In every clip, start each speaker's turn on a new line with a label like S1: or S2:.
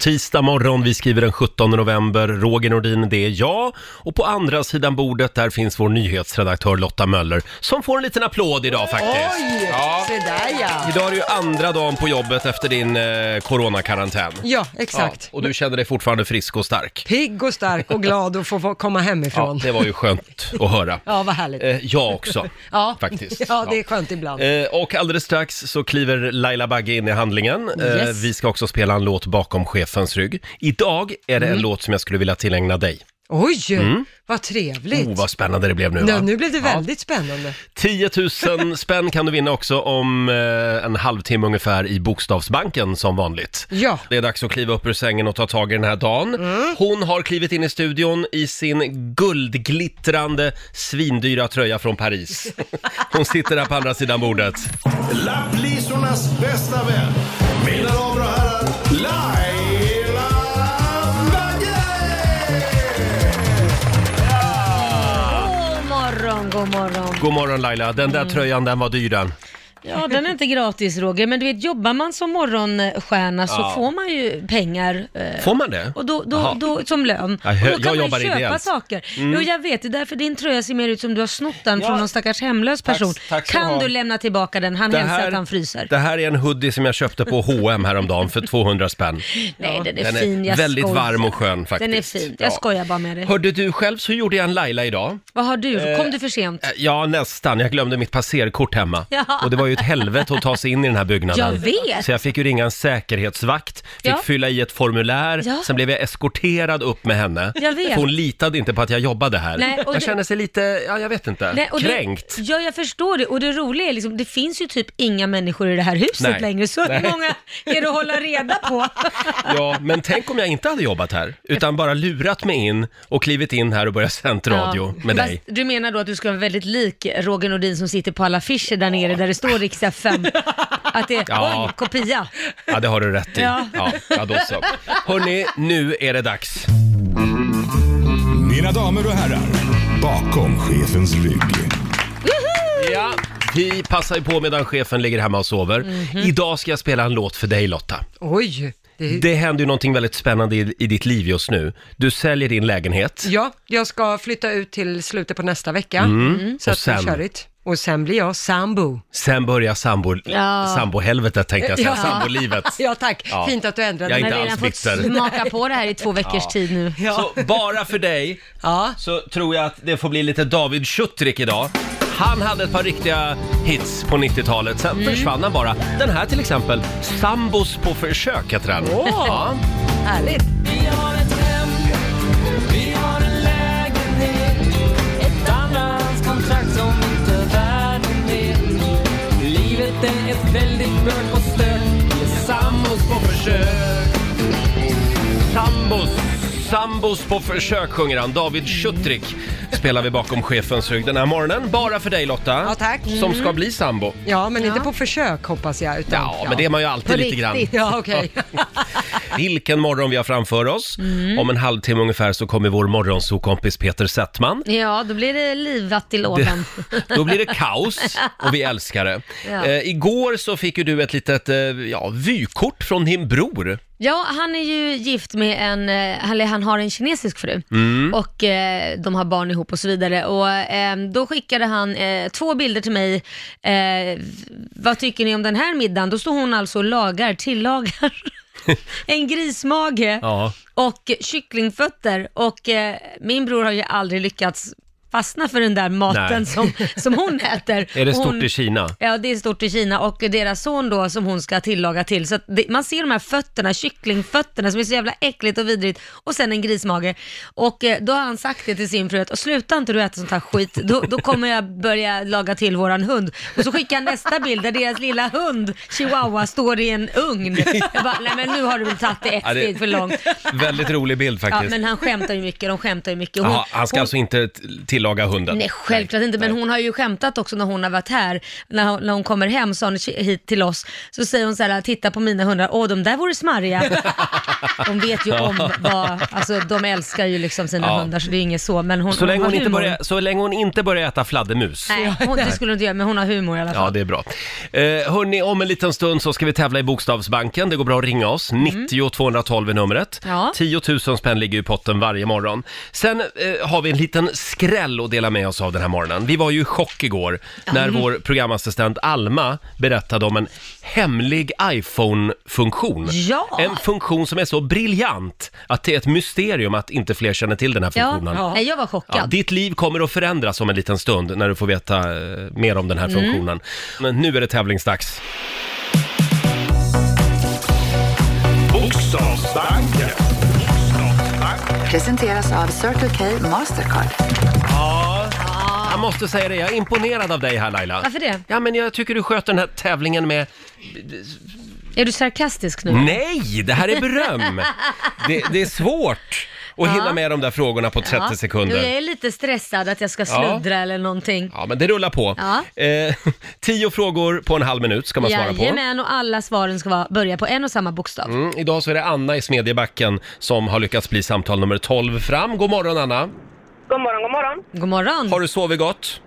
S1: Tisdag morgon, vi skriver den 17 november. Roger Nordin, det är jag. Och på andra sidan bordet, där finns vår nyhetsredaktör Lotta Möller, som får en liten applåd idag faktiskt.
S2: Oj!
S1: Ja.
S2: Se där ja!
S1: Idag är det ju andra dagen på jobbet efter din eh, coronakarantän.
S2: Ja, exakt.
S1: Ja, och du känner dig fortfarande frisk och stark.
S2: Pigg och stark och glad att få få komma hemifrån.
S1: Ja, det var ju skönt att höra.
S2: Ja, vad härligt.
S1: Eh, jag också,
S2: ja.
S1: faktiskt.
S2: Ja, det är skönt ibland.
S1: Eh, Och alldeles strax så kliver Laila Bagge in i handlingen. Eh,
S2: Yes.
S1: Vi ska också spela en låt bakom chefens rygg. Idag är det en
S2: Mm.
S1: låt som jag skulle vilja tillägna dig.
S2: Oj, vad trevligt.
S1: mm. Oh, vad spännande det blev nu
S2: nu,
S1: va?
S2: nu blev det väldigt spännande.
S1: 10 000 spänn kan du vinna också om eh, en halvtimme ungefär i Bokstavsbanken som vanligt.
S2: Ja.
S1: Det är dags att kliva upp ur sängen och ta tag i den här dagen.
S3: Mm.
S1: Hon har klivit in i studion i sin guldglittrande svindyra tröja från Paris. Hon sitter här på andra sidan bordet.
S4: Lapplisornas bästa vän. Mina damer och herrar, Laila Bagge!
S3: God morgon, god morgon.
S1: God morgon Laila, den där
S3: Mm.
S1: tröjan den var dyr den.
S3: Ja, den är inte gratis Roger, men du vet jobbar man som morgonstjärna så får man ju pengar. eh,
S1: Får man det?
S3: Och då,
S1: Jaha.
S3: då, då, som lön.
S1: Ja,
S3: och
S1: jag-
S3: då kan
S1: jag
S3: man
S1: jobbar
S3: ju köpa
S1: ideellt. Mm.
S3: saker. Jo, jag vet, det är därför din tröja ser mer ut som du har snott den från någon stackars hemlös person.
S1: tack ska du
S3: kan
S1: ha.
S3: du lämna tillbaka den? Han hälsar att han fryser.
S1: det här är en hoodie som jag köpte på H&M häromdagen för 200 spänn.
S3: Nej, den är
S1: Den
S3: fin.
S1: är
S3: Jag
S1: väldigt
S3: skojar.
S1: varm och skön faktiskt.
S3: Den är fin. Jag
S1: Ja.
S3: skojar bara med dig.
S1: Hörde du själv så gjorde jag en Laila idag.
S3: Vad har du? Kom du för sent?
S1: Eh, Ja, nästan. Jag glömde mitt passerkort hemma.
S3: Ja.
S1: Och det var ju ett helvete att ta sig in i den här byggnaden.
S3: Jag vet.
S1: Så jag fick ju ringa en säkerhetsvakt, fick
S3: Ja.
S1: fylla i ett formulär,
S3: Ja.
S1: sen blev jag eskorterad upp med henne.
S3: Jag vet.
S1: För hon litade inte på att jag jobbade här.
S3: Nej, och
S1: jag
S3: det-
S1: kände sig lite, ja jag vet inte,
S3: Nej, och det-
S1: kränkt.
S3: ja, jag förstår det. Och det roliga är liksom, det finns ju typ inga människor i det här huset
S1: Nej.
S3: längre, så
S1: Nej.
S3: hur många är det att hålla reda på?
S1: Ja, men tänk om jag inte hade jobbat här, utan bara lurat mig in och klivit in här och börjat sända radio
S3: Ja.
S1: med
S3: Fast
S1: dig.
S3: Du menar då att du ska vara väldigt lik Roger Nordin som sitter på alla affischer där nere där det står Rix FM? Att det är
S1: Ja.
S3: oj, kopia.
S1: Ja, det har du rätt i. Ja,
S3: Ja.
S1: ja, då så. Hörni, nu är det dags.
S4: Mina damer och herrar, bakom chefens rygg.
S1: Ja, vi passar ju på medan chefen ligger hemma och sover.
S2: Mhm.
S1: Idag ska jag spela en låt för dig Lotta.
S2: Oj! Det...
S1: Det händer ju någonting väldigt spännande i, i ditt liv just nu. Du säljer din lägenhet.
S2: Ja, jag ska flytta ut till slutet på nästa vecka. Så
S1: Mm.
S3: Mm.
S1: Och
S2: att sen...
S1: sen?
S2: vi kör det. Och sen blir jag sambo.
S1: Sen börjar sambo,
S3: Ja.
S1: sambohelvetet tänkte jag säga,
S2: Ja.
S1: sambolivet.
S2: Ja tack,
S1: Ja.
S2: fint att du ändrade
S1: Jag är
S2: mig.
S3: Jag
S1: inte
S3: har redan
S1: alls
S3: fått
S1: bitter.
S3: smaka på det här i två veckors tid nu.
S1: Så bara för dig
S2: Ja.
S1: så tror jag att det får bli lite David Schutrik idag. Han hade ett par riktiga hits på 90-talet, sen
S2: Mm.
S1: försvann han bara. Den här till exempel, Sambos på försök heter den. Ja.
S2: Härligt.
S5: Vi har ett hem, vi har en lägenhet Ett andrahandskontrakt som inte världen vet Livet det är väldigt bört och stört Vi är sambos på försök
S1: Sambos, sambos på försök sjunger han. David Schutrik spelar vi bakom chefens rygg den här morgonen. Bara för dig Lotta,
S2: Ja, tack. Mm.
S1: som ska bli sambo.
S2: Ja, men inte på försök hoppas jag. Utan,
S1: Ja, men det är man ju alltid
S3: På
S1: lite grann.
S3: riktigt.
S2: Ja, okej.
S1: Vilken morgon vi har framför oss.
S3: Mm.
S1: Om en halvtimme ungefär så kommer vår morgonsokompis Peter Settman.
S3: Ja, då blir det livat i
S1: Det,
S3: lådan.
S1: då blir det kaos och vi älskar det.
S3: Ja.
S1: Eh, igår så fick ju du ett litet eh, ja, vykort från din bror.
S3: Ja, han är ju gift med en, eh, eller han har en kinesisk fru
S1: Mm.
S3: och eh, de har barn ihop och så vidare. Och eh, då skickade han eh, två bilder till mig. Eh, vad tycker ni om den här middagen? Då står hon alltså och lagar, tillagar en grismage
S1: Ja.
S3: och kycklingfötter och eh, min bror har ju aldrig lyckats fastna för den där
S1: Nej.
S3: maten som, som hon äter.
S1: Är det
S3: Och
S1: stort
S3: hon,
S1: i Kina?
S3: Ja, det är stort i Kina och deras son då som hon ska tillaga till. Så att det, man ser de här fötterna, kycklingfötterna som är så jävla äckligt och vidrigt och sen en grismage. Och eh, då har han sagt det till sin fru att "Och sluta inte du äta sånt här skit, då, då kommer jag börja laga till våran hund. Och så skickar han nästa bild där deras lilla hund, chihuahua, står i en ugn. Jag bara, nej men nu har du väl tagit det ett
S1: Ja, det-
S3: steg för långt.
S1: Väldigt rolig bild
S3: Ja,
S1: faktiskt.
S3: men han skämtar ju mycket, de skämtar ju mycket.
S1: Jaha, han ska
S3: hon,
S1: alltså inte t- tillaga hunden.
S3: Nej, självklart inte. Men hon har ju skämtat också när hon har varit här. När hon, när hon kommer hem, sa hon hit till oss, så säger hon så här, titta på mina hundar, åh de där vore smarriga. de vet ju om vad, alltså de älskar ju liksom sina
S1: Ja.
S3: hundar så det är inget så. Men hon,
S1: Så länge
S3: har
S1: hon, inte
S3: humor.
S1: börjar, så länge hon inte börjar äta fladdermus.
S3: Nej, hon, det skulle hon inte göra, men hon har humor i alla fall.
S1: Ja, det är bra. Eh, hörni, om en liten stund så ska vi tävla i Bokstavsbanken. Det går bra att ringa oss. 90 212 är numret.
S3: Mm. Ja.
S1: 10 000 spänn ligger i potten varje morgon. Sen eh, har vi en liten skräll att dela med oss av den här morgonen. Vi var ju i chock igår när vår programassistent Alma berättade om en hemlig iPhone-funktion.
S3: Ja.
S1: En funktion som är så briljant att det är ett mysterium att inte fler känner till den här
S3: Ja,
S1: funktionen.
S3: Nej, jag var chockad.
S1: Ja, ditt liv kommer att förändras om en liten stund när du får veta eh, mer om den
S3: Mm.
S1: här funktionen. Men nu är det tävlingsdags.
S4: Bokstavsbanken.
S6: Presenteras av Circle K Mastercard.
S1: Jag måste säga det, jag är imponerad av dig här Laila.
S3: Varför det?
S1: Ja, men jag tycker du sköter den här tävlingen med...
S3: Är du sarkastisk nu?
S1: Nej, det här är beröm! det, det är svårt att hinna med de där frågorna på 30
S3: Ja.
S1: sekunder.
S3: Jo, jag är lite stressad att jag ska sluddra eller någonting.
S1: Ja, men det rullar på.
S3: Ja.
S1: Eh, tio frågor på en halv minut ska man svara på.
S3: Jajamän, och alla svaren ska vara, börja på en och samma bokstav.
S1: Mm, idag så är det Anna i Smedjebacken som har lyckats bli samtal nummer 12 fram. God morgon Anna!
S7: God morgon, god morgon.
S3: God morgon.
S1: Har du sovit gott?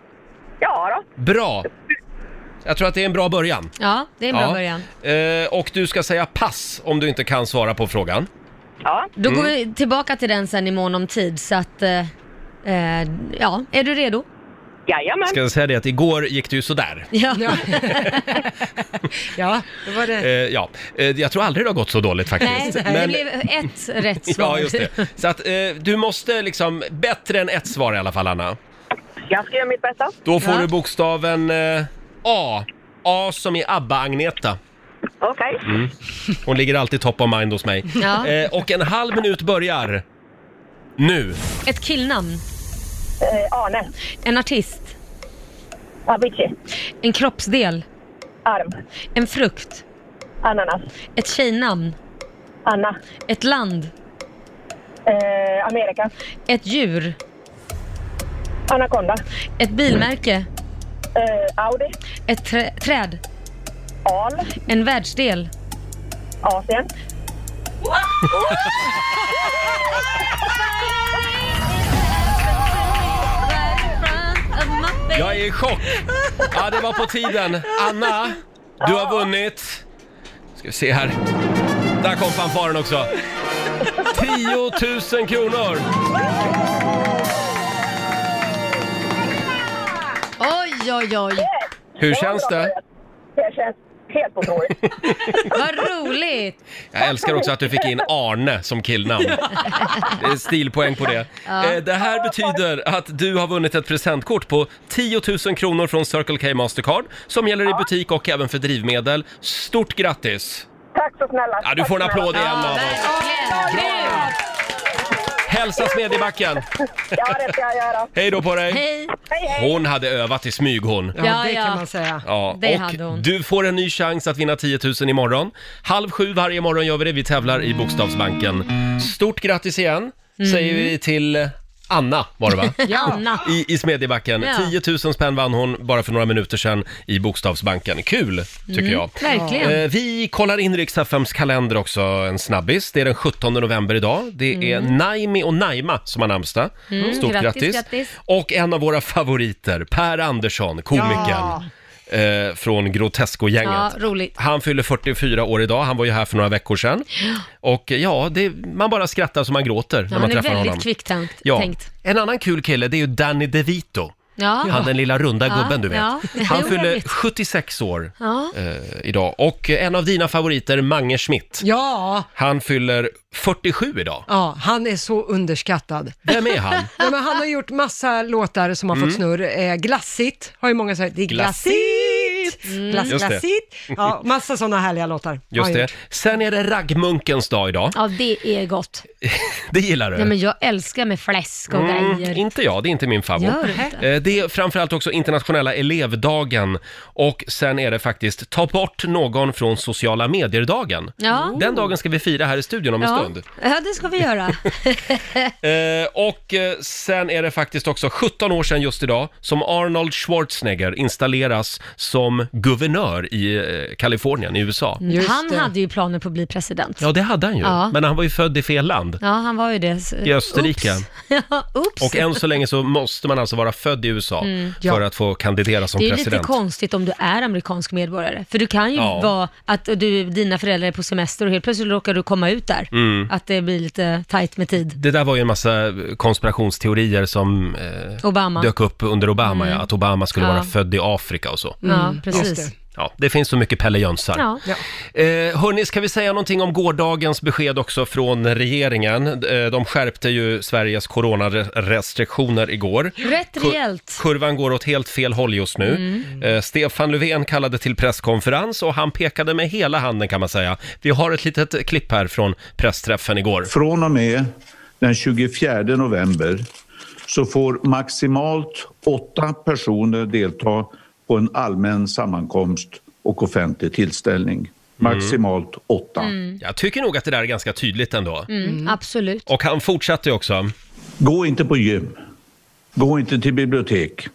S7: Ja då.
S1: Bra! Jag tror att det är en bra början.
S3: Ja, det är en bra början.
S1: Eh, och du ska säga pass om du inte kan svara på frågan.
S7: Ja,
S3: Då
S1: Mm.
S3: går vi tillbaka till den sen i mån om tid så att, eh, eh, ja, är du redo?
S7: jajamän.
S1: Ska jag säga det att igår gick det ju sådär.
S3: Ja.
S2: Ja, det var
S1: Eh,
S2: det.
S1: ja, eh, jag tror aldrig det har gått så dåligt
S3: Nej,
S1: faktiskt.
S3: det blev ett rätt svar.
S1: Ja, just det. Så att eh, du måste liksom, bättre än ett svar i alla fall Anna.
S7: Jag ska göra mitt bästa.
S1: Då får
S3: Ja.
S1: du bokstaven eh, A. A som i ABBA-Agneta.
S7: Okej.
S1: Hon ligger alltid top of mind hos mig.
S3: Ja.
S1: Eh, och en halv minut börjar nu.
S3: Ett killnamn,
S7: Eh, Arne.
S3: en artist,
S7: Avicii.
S3: en kroppsdel,
S7: Arm.
S3: en frukt,
S7: Ananas.
S3: ett tjejnamn,
S7: Anna.
S3: ett land,
S7: Eh, Amerika.
S3: ett djur,
S7: Anaconda.
S3: ett bilmärke,
S7: Eh, Audi.
S3: ett trä- träd,
S7: Al.
S3: en världsdel.
S7: Asien.
S1: Jag är i chock. Ja, det var på tiden. Anna, du har vunnit. Ska vi se här. Där kom fanfaren också. 10 000 kronor!
S3: Oj, oj, oj.
S1: Hur känns det?
S7: Det känns helt otroligt.
S3: Vad roligt!
S1: Jag älskar också att du fick in Arne som killnamn. Det är Eh, stilpoäng på det. Eh, Det här betyder att du har vunnit ett presentkort på 10 000 kronor från Circle K Mastercard som gäller i butik och även för drivmedel. Stort grattis!
S7: Tack så snälla.
S1: Ja, du får en
S7: Tack snälla.
S1: applåd igen av oss.
S3: Verkligen. Kul.
S1: Hälsa Smedjebacken!
S7: Ja, det ska jag göra.
S1: Hej då på dig!
S3: Hej!
S7: Hej, hej.
S1: Hon hade övat i smyg hon.
S2: Ja,
S3: Ja,
S2: det
S3: ja.
S2: kan man säga.
S1: Ja,
S3: Det
S1: och
S3: hade hon.
S1: du får en ny chans att vinna 10 000 imorgon. Halv sju varje morgon gör vi det. Vi tävlar i Bokstavsbanken. Stort grattis igen
S3: Mm.
S1: säger vi till Anna var det va?
S3: Anna.
S1: I, i Smedjebacken.
S3: Ja.
S1: 10 000 spänn vann hon bara för några minuter sedan i Bokstavsbanken. Kul, tycker jag.
S3: Mm. Verkligen.
S1: Eh, Vi kollar in riks kalender också, en snabbis. Det är den 17 november idag. Det är Naimi och Naima som har namnsdag. Stort
S3: Mm. grattis,
S1: grattis,
S3: grattis.
S1: Och en av våra favoriter, Per Andersson, komikern. Eh, från Grotesco-gänget.
S3: Ja, roligt.
S1: Han fyller 44 år idag, han var ju här för några veckor sedan. Och eh, ja, det, man bara skrattar så man gråter när
S3: Ja,
S1: man
S3: han är
S1: träffar honom.
S3: väldigt kvicktänkt.
S1: Ja.
S3: tänkt.
S1: En annan kul kille, det är ju Danny DeVito. Han den lilla runda
S3: Ja,
S1: gubben du vet.
S3: ja.
S1: Han
S3: Jo, jag
S1: fyller
S3: vet.
S1: 76 år
S3: Ja.
S1: eh, idag. Och eh, en av dina favoriter, Mange Schmidt.
S2: Ja,
S1: Han fyller 47 idag.
S2: ja, han är så underskattad.
S1: Vem är han? Mm.
S2: Ja, men han har gjort massa låtar som har fått snurr. Eh, glassigt har ju många sagt. Det är glassigt. glassigt. Glass,
S1: Mm. Just det.
S2: glassigt. Ja, massa sådana härliga låtar.
S1: Just
S2: har jag
S1: det.
S2: gjort.
S1: Sen är det raggmunkens dag idag.
S3: Ja, det är gott.
S1: Det gillar du?
S3: Nej, men jag älskar med fläsk och grejer.
S1: Mm, inte jag, det är inte min favorit.
S3: Gör du inte?
S1: Eh, Det är framförallt också internationella elevdagen och sen är det faktiskt ta bort någon från sociala medier-dagen.
S3: Ja.
S1: Den dagen ska vi fira här i studion om en
S3: Ja.
S1: stund.
S3: ja, det ska vi göra.
S1: Eh, och eh, sen är det faktiskt också 17 år sedan just idag som Arnold Schwarzenegger installeras som guvernör i eh, Kalifornien i USA.
S2: Just
S3: Mm. Han
S2: det.
S3: hade ju planer på att bli president.
S1: Ja, det hade han ju,
S3: Ja.
S1: men han var ju född i fel land.
S3: Ja, han var ju det. Så-
S1: I Österrike.
S3: Oops. ja, oops.
S1: Och än så länge så måste man alltså vara född i USA
S2: Ja.
S1: för att få kandidera som
S3: Mm, det är ju
S1: president.
S3: lite konstigt om du är amerikansk medborgare. För du kan ju
S1: Ja.
S3: vara att du, dina föräldrar är på semester och helt plötsligt råkar du komma ut där.
S1: Mm.
S3: Att det blir lite tajt med tid.
S1: Det där var ju en massa konspirationsteorier som eh,
S3: Obama. Mm.
S1: dök upp under Obama, ja, att Obama skulle
S3: Ja.
S1: vara född i Afrika och så.
S3: Ja, precis.
S2: Mm, Just det.
S1: Ja, det finns så mycket Pelle Jönsar.
S3: Ja.
S2: Ja.
S1: Eh, hörni, ska vi säga någonting om gårdagens besked också från regeringen? Eh, de skärpte ju Sveriges coronarestriktioner igår.
S3: Rätt
S1: Kur-
S3: rejält. Mm.
S1: Kurvan går åt helt fel håll just nu. Eh, Stefan Löfven kallade till presskonferens och han pekade med hela handen kan man säga. Vi har ett litet klipp här från pressträffen igår.
S8: Från och med den 24 november så får maximalt åtta personer delta på en allmän sammankomst och offentlig tillställning. Maximalt åtta.
S1: Jag tycker nog att det där är ganska tydligt ändå.
S3: Mm, absolut.
S1: Och han fortsatte ju också.
S8: Gå inte på gym. Gå inte till bibliotek.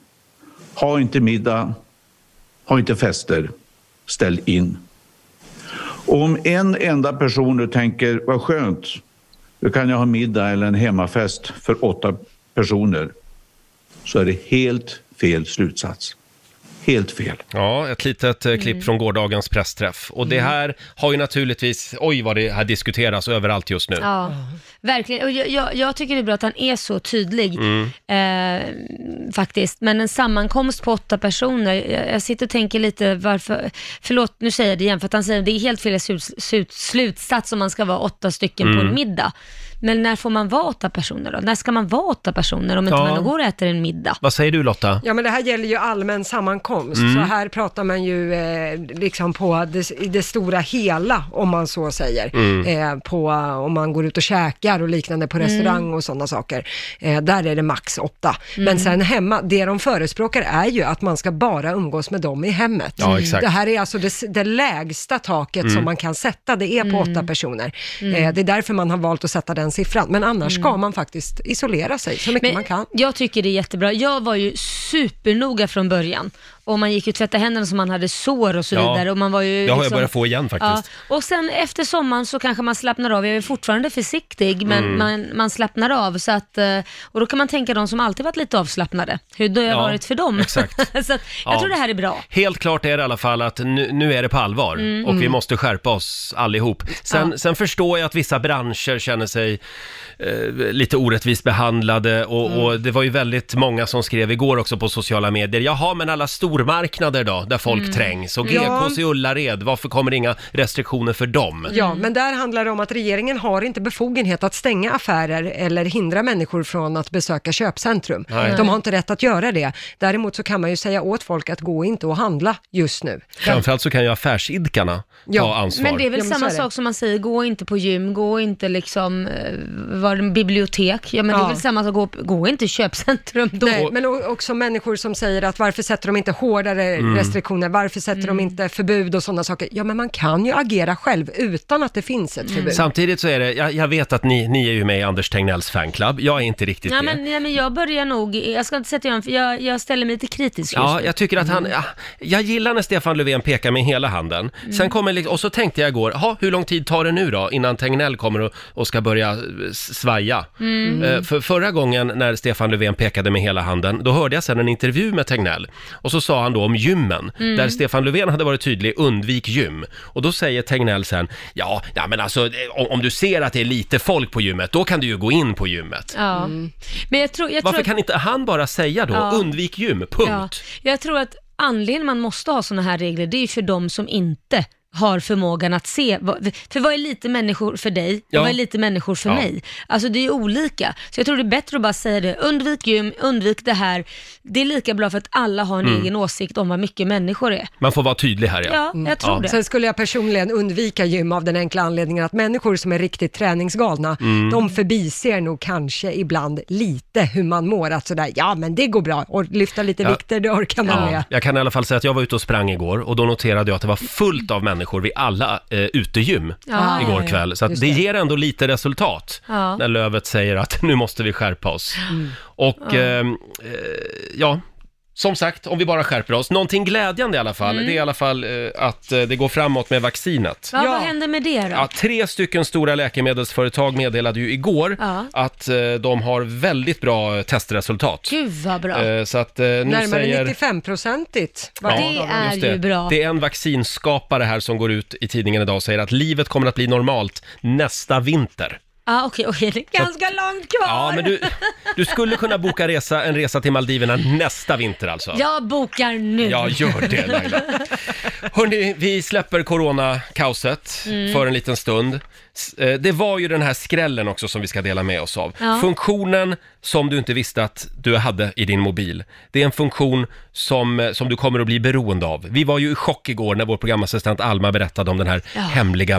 S8: Ha inte middag. Ha inte fester. Ställ in. Och om en enda person nu tänker, vad skönt, nu kan jag ha middag eller en hemmafest för åtta personer, så är det helt fel slutsats. Helt fel.
S1: Ja, ett litet eh, klipp
S3: Mm.
S1: från gårdagens pressträff. Och det här har ju naturligtvis, oj vad det här diskuteras överallt just nu.
S3: Ja, verkligen. Och jag, jag, jag tycker det är bra att han är så tydlig eh, faktiskt. Men en sammankomst på åtta personer, jag, jag sitter och tänker lite varför, förlåt nu säger jag det igen för att han säger det är helt fel slut, slut, slutsats om man ska vara åtta stycken på en middag. Men när får man vara åtta personer då? När ska man vara åtta personer om inte
S1: Ja.
S3: man går och äter en middag?
S1: Vad säger du Lotta?
S2: Ja, men det här gäller ju allmän sammankomst,
S1: Mm.
S2: så här pratar man ju eh, liksom på det, i det stora hela, om man så säger,
S1: Mm.
S2: eh, på eh, om man går ut och käkar och liknande på restaurang
S1: Mm.
S2: och sådana saker. Eh, där är det max åtta. Men sen hemma, det de förespråkar är ju att man ska bara umgås med dem i hemmet.
S1: Ja, exakt. Mm.
S2: Det här är alltså det, s- det lägsta taket som man kan sätta, det är på åtta personer. Eh, det är därför man har valt att sätta den siffran, men annars
S1: Mm.
S2: ska man faktiskt isolera sig så mycket man kan.
S3: Jag tycker det är jättebra. Jag var ju supernoga från början. Och man gick ju och tvättade händerna så man hade sår och så
S1: Ja.
S3: vidare. Och man var ju liksom-
S1: Det har jag börjat få igen faktiskt.
S3: Ja. Och sen efter sommaren så kanske man slappnar av. Jag är fortfarande försiktig, men
S1: Mm.
S3: man, man slappnar av. Så att, eh, och då kan man tänka de som alltid varit lite avslappnade, hur det har
S1: Ja,
S3: varit för dem.
S1: exakt.
S3: så att, jag
S1: Ja.
S3: tror det här är bra.
S1: Helt klart är det i alla fall att nu, nu är det på allvar
S3: Mm.
S1: och vi måste skärpa oss allihop. Sen, sen förstår jag att vissa branscher känner sig eh, lite orättvist behandlade och,
S3: Mm.
S1: och det var ju väldigt många som skrev igår också på sociala medier. Jaha, men alla stormarknader då, där folk
S3: Mm.
S1: trängs och
S2: Ja.
S1: GKs i Ullared, varför kommer det inga restriktioner för dem?
S2: Ja, men där handlar det om att regeringen har inte befogenhet att stänga affärer eller hindra människor från att besöka köpcentrum.
S1: Nej.
S2: De har inte rätt att göra det. Däremot så kan man ju säga åt folk att gå inte och handla just nu.
S1: Framförallt så kan ju affärsidkarna ta
S2: Ja,
S1: ansvar.
S3: Men det är väl
S2: Ja, men Mm, så
S3: samma
S2: är det.
S3: sak som man säger, gå inte på gym, gå inte liksom, eh, var det en bibliotek? Ja men det är
S2: Ja.
S3: väl samma sak, gå, gå inte i köpcentrum då.
S2: Nej, men o- också människor som säger att varför sätter de inte hårdare
S1: Mm.
S2: restriktioner, varför sätter
S3: Mm.
S2: de inte förbud och sådana saker. Ja, men man kan ju agera själv utan att det finns ett förbud.
S1: Samtidigt så är det, jag, jag vet att ni, ni är ju med i Anders Tegnells fanclub, jag är inte riktigt
S3: Ja,
S1: det.
S3: men, ja, men jag börjar nog, jag ska inte sätta igen, för jag, jag ställer mig lite kritisk just Mm.
S1: Ja,
S3: nu.
S1: jag tycker att han... Ja, jag gillar när Stefan Löfven pekar med hela handen.
S3: Mm.
S1: Sen kommer, liksom- och så tänkte jag igår, "Ha, hur lång tid tar det nu då innan Tegnell kommer och, och ska börja eh, s- svaja?
S3: Mm.
S1: Eh, för förra gången när Stefan Löfven pekade med hela handen, då hörde jag sen en intervju med Tegnell. Och så sa han då om gymmen,
S3: Mm.
S1: där Stefan Löfven hade varit tydlig, undvik gym. Och då säger Tegnell sen, ja, ja men alltså eh, om, om du ser att det är lite folk på gymmet, då kan du ju gå in på gymmet.
S3: Ja. Men jag tror, jag tror
S1: Varför
S3: att-
S1: kan inte han bara säga då, undvik gym, punkt?
S3: Ja, jag tror att anledningen man måste ha sådana här regler, det är ju för de som inte har förmågan att se. vad- För vad är lite människor för dig och
S1: Ja.
S3: vad är lite människor för
S1: Ja.
S3: mig? Alltså det är ju olika. Så jag tror det är bättre att bara säga det. Undvik gym, undvik det här. Det är lika bra för att alla har en
S1: Mm.
S3: egen åsikt om vad mycket människor är.
S1: Man får vara tydlig här ja. Mm.
S3: Ja, jag tror
S1: Ja.
S3: det.
S2: Mm. Sen skulle jag personligen undvika gym av den enkla anledningen att människor som är riktigt träningsgalna,
S1: Mm.
S2: de förbiser nog kanske ibland lite hur man mår. Att sådär, ja men det går bra, och lyfta lite
S1: Ja.
S2: vikter, det orkar man med.
S1: Ja, jag kan i alla fall säga att jag var ute och sprang igår och då noterade jag att det var fullt av människor vid alla eh, utegym
S3: Ja,
S1: igår kväll. Så att det,
S2: Just det.
S1: ger ändå lite resultat
S3: Ja.
S1: när Lövet säger att nu måste vi skärpa oss. Och ja. Eh, ja, som sagt, om vi bara skärper oss. Någonting glädjande i alla fall, det är i alla fall eh, att eh, det går framåt med vaccinet.
S3: Mm. Ja,
S2: Ja.
S3: Vad händer med det då?
S1: Ja, tre stycken stora läkemedelsföretag meddelade ju igår
S3: Ja.
S1: att eh, de har väldigt bra eh, testresultat.
S3: Gud vad bra.
S1: Eh, så att eh, nu
S2: Närmare
S1: säger...
S2: 95-procentigt.
S1: Ja,
S3: Det är
S1: just
S3: ju bra.
S1: Det är en vaccinskapare här som går ut i tidningen idag och säger att livet kommer att bli normalt nästa vinter.
S3: Ja, okej, okej. Det är ganska långt kvar.
S1: Ja, men du, du skulle kunna boka resa, en resa till Maldiverna nästa vinter alltså.
S3: Jag bokar nu.
S1: Ja, gör det Laila. Hörni, vi släpper coronakaoset
S3: Mm.
S1: för en liten stund. S- eh, Det var ju den här skrällen också som vi ska dela med oss av.
S3: Ja.
S1: Funktionen som du inte visste att du hade i din mobil. Det är en funktion som, eh, som du kommer att bli beroende av. Vi var ju i chock igår när vår programassistent Alma berättade om den här hemliga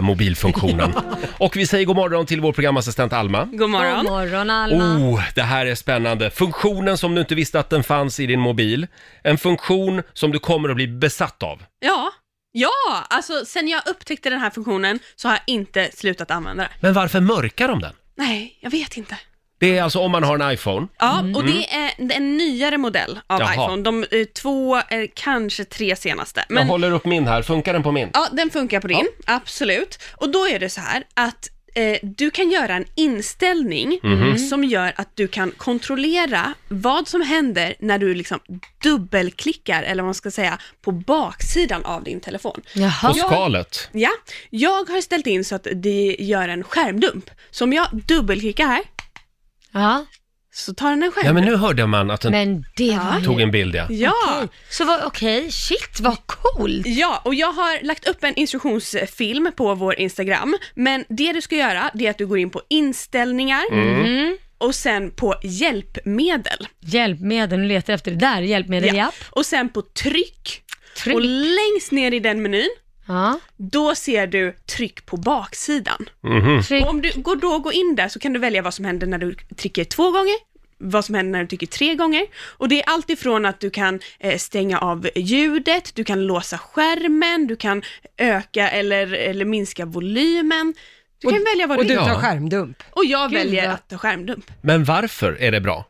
S1: mobilfunktionen. Och vi säger god morgon till vår programassistent Alma.
S9: God
S3: God
S9: morgon.
S3: morgon Alma.
S1: Oh, det här är spännande. Funktionen som du inte visste att den fanns i din mobil. En funktion som du kommer att bli besatt av.
S9: Ja, ja, alltså sen jag upptäckte den här funktionen så har jag inte slutat använda det.
S1: Men varför mörkar de den?
S9: Nej, jag vet inte.
S1: Det är alltså om man har en iPhone.
S9: Ja, och det är en- en nyare modell av
S1: Mm. Jaha.
S9: iPhone. De eh, två, eh, kanske tre senaste.
S1: Jag
S9: Men
S1: håller upp min här. Funkar den på min?
S9: ja, den funkar på din, absolut. Och då är det så här att eh, du kan göra en inställning
S1: Mhm.
S9: som gör att du kan kontrollera vad som händer när du liksom dubbelklickar, eller vad man ska säga, på baksidan av din telefon.
S3: Jaha.
S1: På skalet.
S9: Ja, jag har ställt in så att det gör en skärmdump. Så om jag dubbelklickar här
S3: Ja,
S9: så tar den en skärmdump.
S1: Ja, men nu hörde man att den
S3: men det var ju...
S1: tog en bild, ja.
S9: Ja,
S3: Så vad, okej, shit vad coolt.
S9: ja, och jag har lagt upp en instruktionsfilm på vår Instagram. Men det du ska göra, det är att du går in på inställningar
S3: Mm-hmm.
S9: och sen på hjälpmedel.
S3: Hjälpmedel, nu letar jag efter det där, hjälpmedel, ja.
S9: Och sen på tryck.
S3: Tryck.
S9: Och längst ner i den menyn,
S3: ja.
S9: då ser du tryck på baksidan.
S1: Mhm. Mm.
S3: Tryck.
S9: Och om du går då går in där så kan du välja vad som händer när du trycker två gånger, vad som händer när du trycker tre gånger. Och det är allt ifrån att du kan eh, stänga av ljudet, du kan låsa skärmen, du kan öka eller, eller minska volymen. Du kan välja vad
S2: Och
S9: du
S2: du
S9: vill.
S2: tar
S1: Ja.
S2: skärmdump.
S9: Och jag
S3: Gud,
S9: väljer
S3: vad-
S9: att ta skärmdump.
S1: Men varför är det bra?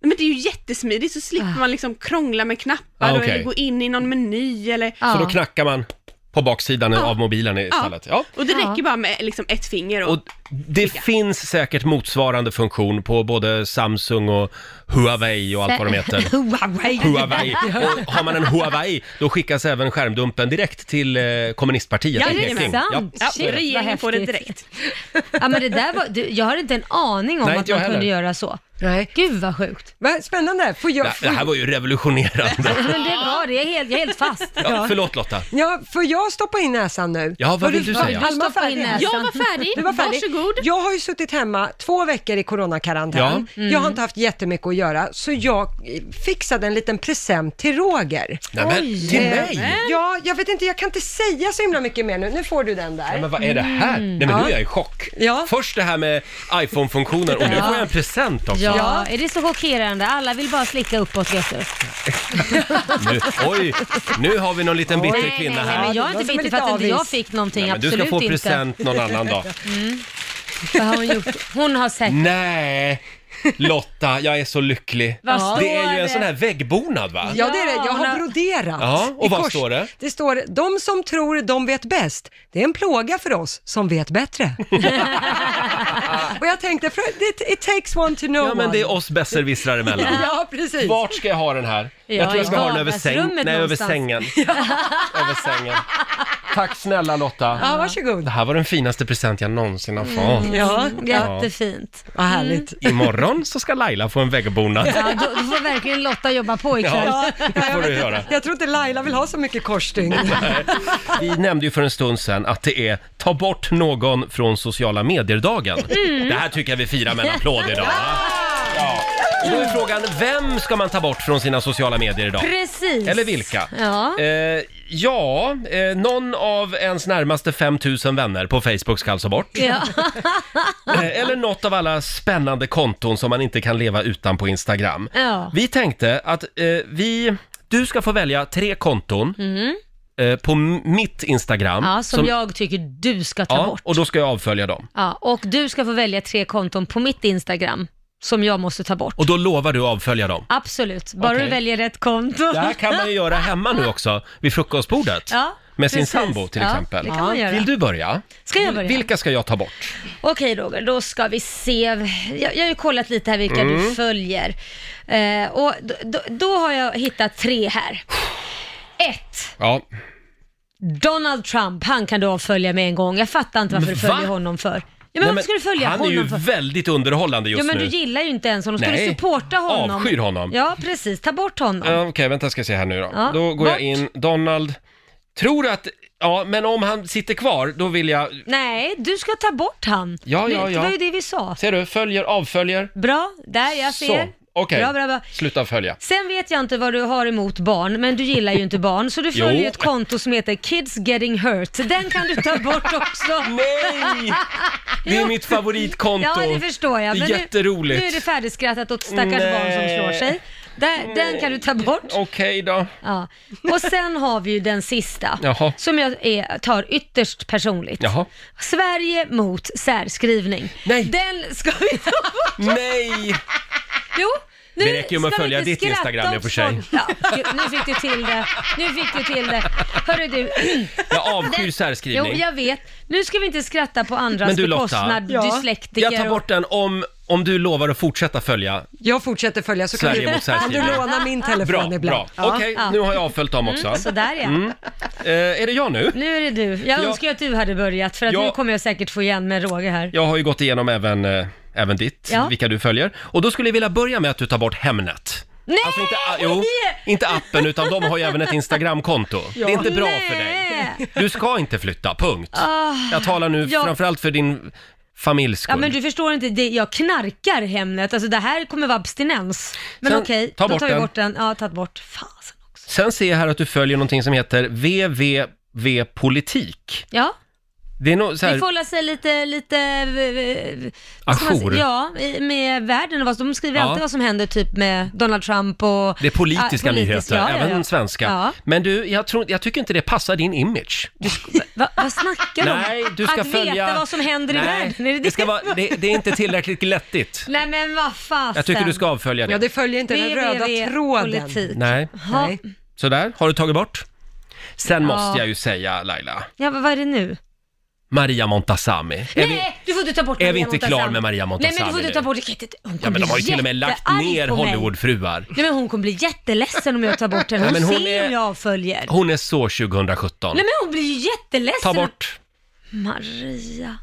S9: Men det är ju jättesmidigt, så slipper man liksom krångla med knappar
S1: Ah,
S9: och-
S1: okej.
S9: eller gå in i någon meny eller...
S1: Så då
S3: Ja.
S1: knackar man på baksidan av mobilen istället. Ja.
S9: Och det
S3: Ja.
S9: räcker bara med liksom ett finger och...
S1: Och det finns säkert motsvarande funktion på både Samsung och Huawei och allt vad de heter.
S3: Huawei.
S1: Huawei. Och har man en Huawei, då skickas även skärmdumpen direkt till eh, kommunistpartiet
S3: Ja,
S1: i
S3: det är
S1: Peking.
S3: sant.
S1: Ja,
S9: Ja,
S1: så är det.
S9: regeringen
S3: vad
S9: får det
S3: häftigt.
S9: direkt.
S3: Ja men det där var, du, jag hade inte en aning om
S1: Nej,
S3: att
S1: inte
S3: man
S1: jag heller.
S3: kunde göra så.
S2: Nej.
S3: Gud vad sjukt.
S2: Vad spännande. Får jag,
S1: Det- det här var ju revolutionerande.
S3: Men det var det, jag är helt, jag är helt fast.
S1: Ja, förlåt Lotta.
S2: ja, får jag stoppa in näsan nu?
S1: Ja, vad
S2: Var
S1: vill du
S2: var
S1: säga?
S2: Alma
S3: Stoppa in
S2: färdig?
S3: näsan.
S9: Jag var färdig,
S2: Du var färdig.
S9: varsågod.
S2: Jag har ju suttit hemma två veckor i coronakarantän.
S1: Mm.
S2: Jag har inte haft jättemycket att göra, så jag eh, fixade en liten present till Roger.
S1: Nej, men,
S3: Oj.
S1: till
S2: Eh,
S1: mig?
S2: Ja, jag vet inte, jag kan inte säga så himla mycket mer nu. Nu får du den där.
S1: Nej, men vad är det här?
S9: Mm.
S3: Mm.
S1: Nej, men nu är jag i chock.
S2: Ja.
S1: Först det här med iPhone-funktionen och nu
S3: Ja.
S1: får jag en present också.
S3: Ja. är det så chockerande? Alla vill bara slicka uppåt vet du.
S1: Nu, oj, nu har vi någon liten bitter
S3: Nej, nej,
S1: kvinna
S3: nej,
S1: här.
S3: men jag är
S2: Det var
S3: inte
S2: som
S3: bitter
S2: en
S3: för att inte
S2: liten
S3: jag
S2: avis.
S3: fick någonting,
S1: Nej, men du
S3: absolut
S1: ska få
S3: inte. Mm.
S1: present någon annan dag.
S3: Vad har hon gjort? Hon har säkert...
S1: Nej, Lotta, jag är så lycklig.
S3: Vad står
S1: Det är ju en
S3: det?
S1: sån här väggbonad va?
S2: Ja, det är det.
S3: Ja,
S2: Jag
S3: hon
S2: har
S3: har-
S2: broderat.
S1: Ja, och
S2: i
S1: vad
S2: kors.
S1: står det?
S2: Det står, de som tror de vet bäst, det är en plåga för oss som vet bättre. och jag tänkte, för it, it takes one to know
S1: Ja, men det är
S2: one.
S1: oss besserwissrar emellan.
S2: Ja, precis.
S1: Vart ska jag ha den här?
S3: Ja,
S1: jag tror jag
S3: i
S1: ska ha den över, säng...
S3: vardagsrummet
S1: Nej, över
S3: någonstans.
S1: sängen. över sängen. Tack snälla Lotta.
S2: Ja, varsågod. Mm.
S1: Det här var den finaste present jag någonsin har fått.
S2: Ja,
S3: Mm.
S2: Mm.
S3: Jättefint. Mm.
S2: vad härligt.
S1: Imorgon så ska Laila få en väggbonad.
S3: Ja, då, då får verkligen Lotta jobba på ikväll.
S1: Ja, det får du göra.
S2: Jag tror inte Laila vill ha så mycket korsstygn.
S1: Vi nämnde ju för en stund sedan att det är ta bort någon från sociala medier-dagen.
S2: Mm.
S1: Det här tycker jag vi firar med en applåd idag. va? Ja. Och Då är frågan, vem ska man ta bort från sina sociala medier idag?
S3: Precis.
S1: Eller vilka?
S3: Ja.
S1: Eh, ja, eh, någon av ens närmaste 5000 vänner på Facebook ska alltså bort.
S3: Ja.
S1: Eh, eller något av alla spännande konton som man inte kan leva utan på Instagram.
S3: Ja.
S1: Vi tänkte att eh, vi, du ska få välja tre konton eh, på m- mitt Instagram.
S3: Mm. ja, som jag tycker du ska ta
S1: Ja,
S3: bort.
S1: och då ska jag avfölja dem.
S3: Ja, och du ska få välja tre konton på mitt Instagram som jag måste ta bort.
S1: Och då lovar du att avfölja dem.
S3: Absolut, bara
S1: Okej.
S3: du väljer rätt konto.
S1: Det här kan man ju göra hemma nu också, vid frukostbordet.
S3: Ja,
S1: med sin
S3: precis.
S1: sambo till
S3: Ja,
S1: exempel.
S3: det kan man göra.
S1: Vill du börja?
S3: Ska jag börja?
S1: Vilka ska jag ta bort?
S3: Okej Roger, då ska vi se. Jag, jag har ju kollat lite här vilka
S1: Mm.
S3: du följer. Eh, och då, då, då har jag hittat tre här. Ett,
S1: Ja,
S3: Donald Trump, han kan du avfölja med en gång. Jag fattar inte varför
S1: Men
S3: du följer
S1: va?
S3: honom för. Ja, men
S1: Nej,
S3: varför ska du följa
S1: han är
S3: honom
S1: ju
S3: för?
S1: väldigt underhållande just
S3: Ja, men
S1: nu.
S3: du gillar ju inte ens honom. Ska
S1: Nej.
S3: du supporta honom?
S1: Avskyr honom.
S3: Ja, precis. Ta bort honom.
S1: Ja, Okej, vänta ska jag se här nu då.
S3: Ja,
S1: Då går jag
S3: bort.
S1: in, Donald. Tror du att, ja men om han sitter kvar, då vill jag,
S3: Nej, du ska ta bort han.
S1: Ja,
S3: Det-
S1: ja, ja.
S3: Det var ju det vi sa.
S1: ser du, följer, avföljer.
S3: Bra, där jag
S1: Så,
S3: ser.
S1: okej.
S3: Bra, bra, bra.
S1: Sluta följa.
S3: Sen vet jag inte vad du har emot barn, men du gillar ju inte barn, så du
S1: Jo.
S3: följer ett konto som heter Kids Getting Hurt. Den kan du ta bort också.
S1: Nej! Det är
S3: Jo.
S1: mitt favoritkonto.
S3: Ja, det förstår jag.
S1: Det är
S3: nu-
S1: jätteroligt.
S3: Nu är det färdigskrattat åt stackars
S1: Nej.
S3: barn som slår sig. Där, den kan du ta bort.
S1: Okej då.
S3: Ja. Och sen har vi ju den sista,
S1: Jaha.
S3: som jag är, tar ytterst personligt.
S1: Jaha.
S3: Sverige mot särskrivning.
S1: Nej.
S3: Den ska vi ta bort.
S1: Nej!
S3: Jo, nu
S1: Det räcker ju med att
S3: ska vi
S1: följa
S3: inte
S1: ditt
S3: skratta
S1: Instagram i och för
S3: åt
S1: sig.
S3: folk. Ja, gud, nu fick du till det. Nu fick du till det. Hörru du.
S1: Jag avskyr
S3: den-
S1: särskrivning.
S3: Jo, jag vet. Nu ska vi inte skratta på andras
S1: Men du, Lotta.
S3: bekostnad,
S2: Ja.
S3: dyslektiker.
S1: Jag tar bort den om, om du lovar att fortsätta följa.
S2: Jag fortsätter följa så kan
S1: Sverige
S2: du,
S1: mot
S2: kan du
S1: särskrivning.
S2: låna min telefon
S1: Bra,
S2: ibland.
S1: bra.
S2: Ja.
S1: Okej, nu har jag avföljt dem också.
S3: och... Mm, Sådär ja.
S1: Eh, är det jag nu?
S3: Nu är det du. Jag
S1: Ja.
S3: önskar ju att du hade börjat för att
S1: Ja.
S3: nu kommer jag säkert få igen med råge här.
S1: Jag har ju gått igenom även, eh, även ditt,
S3: Ja.
S1: vilka du följer. Och då skulle jag vilja börja med att du tar bort Hemnet.
S3: Nej!
S1: Alltså inte, a- jo, inte appen, utan de har ju även ett Instagramkonto. Det är inte bra för dig.
S3: Nej.
S1: Du ska inte flytta, punkt. jag talar nu
S3: Ah, Ja.
S1: framförallt för din familjs skull.
S3: Ja men du förstår inte, det, jag knarkar Hemnet. Alltså det här kommer vara abstinens. Men
S1: Sen-
S3: okej,
S1: ta
S3: då
S1: bort
S3: tar vi
S1: den.
S3: bort den. Ja, tagit bort. Fasen också.
S1: Sen ser jag här att du följer någonting som heter VVV Politik.
S3: Ja.
S1: Det är no, så
S3: Vi
S1: här,
S3: får hålla sig lite, lite... eh, vad ska man
S1: Ajour.
S3: säga? Ja, i- med världen och vad som, de skriver
S1: Ja.
S3: alltid vad som händer typ med Donald Trump och...
S1: det är politiska
S3: Ah,
S1: nyheter,
S3: ja, ja,
S1: även
S3: ja.
S1: svenska.
S3: Ja.
S1: Men du, jag, tror, jag tycker inte det passar din image.
S3: Va, vad snackar de om?
S1: Nej, du ska
S3: Att
S1: följa...
S3: veta vad som händer
S1: Nej,
S3: i världen, är det det?
S1: det, ska vara, det, det är inte tillräckligt glättigt.
S3: Nej men vad fasen.
S1: Jag tycker du ska avfölja det.
S2: Ja, det följer inte den röda tråden.
S3: Politik.
S1: Nej,
S3: Ja.
S2: Nej.
S1: sådär. Har du tagit bort? Sen måste
S3: Ja.
S1: jag ju säga, Laila,
S3: Ja, vad vad är det nu?
S1: Maria Montazami. Är vi,
S3: Nej, du får inte ta bort
S1: är vi
S3: Maria
S1: inte
S3: Montazami.
S1: klar med Maria Montazami
S3: Nej, men du får inte
S1: nu?
S3: ta bort... Hon kommer
S1: ja, men de har ju
S3: bli
S1: till och med lagt
S3: jättearg
S1: ner
S3: på mig.
S1: Hollywoodfruar.
S3: Nej, men hon kommer bli jätteledsen om jag tar bort henne. Hon,
S1: Nej, men hon
S3: ser
S1: är-
S3: om jag avföljer.
S1: Hon är så 2017.
S3: Nej, men hon blir ju jätteledsen.
S1: Ta bort.
S3: Maria.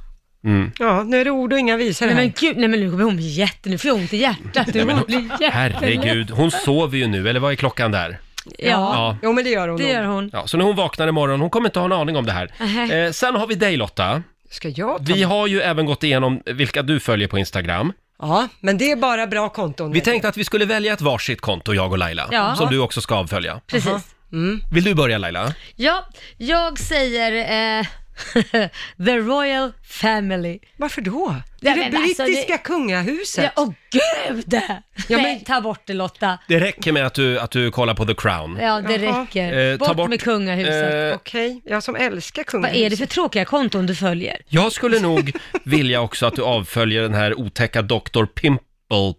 S1: Mm.
S2: Ja, nu är det ord och inga visor
S3: Nej
S2: här.
S3: men gud, nej men nu kommer hon bli jätte, nu får jag ont i hjärtat. Nu kommer hon bli jätte...
S1: Herregud, hon sover ju nu, eller vad är klockan där?
S3: Ja,
S1: Ja.
S2: Jo, men det gör hon
S3: det
S2: nog.
S3: gör hon.
S1: Ja, så när hon vaknar imorgon, hon kommer inte ha en aning om det här.
S3: Nähä.
S1: Eh, sen har vi dig Lotta.
S2: Ska jag ta?
S1: Vi har ju även gått igenom vilka du följer på Instagram.
S2: Ja, men det är bara bra konton.
S1: Vi tänkte att vi skulle välja ett varsitt konto, jag och Laila,
S3: Ja.
S1: som du också ska avfölja.
S3: Precis.
S2: Mm.
S1: Vill du börja Laila?
S3: Ja, jag säger eh, The Royal Family.
S2: Varför då? Det
S3: Ja,
S2: är det
S3: men alltså,
S2: brittiska
S3: det-
S2: kungahuset.
S3: Ja, åh gud!
S2: Ja, men-
S3: Nej, ta bort det Lotta.
S1: Det räcker med att du, att du kollar på The Crown.
S3: Ja, det
S2: Jaha.
S3: räcker.
S1: Eh, ta
S3: bort,
S1: bort,
S3: med kungahuset.
S1: eh,
S2: Okej, jag som älskar
S3: Vad
S2: kungahuset.
S3: är det för tråkiga konton du följer?
S1: Jag skulle nog vilja också att du avföljer den här otäcka Dr. Pimple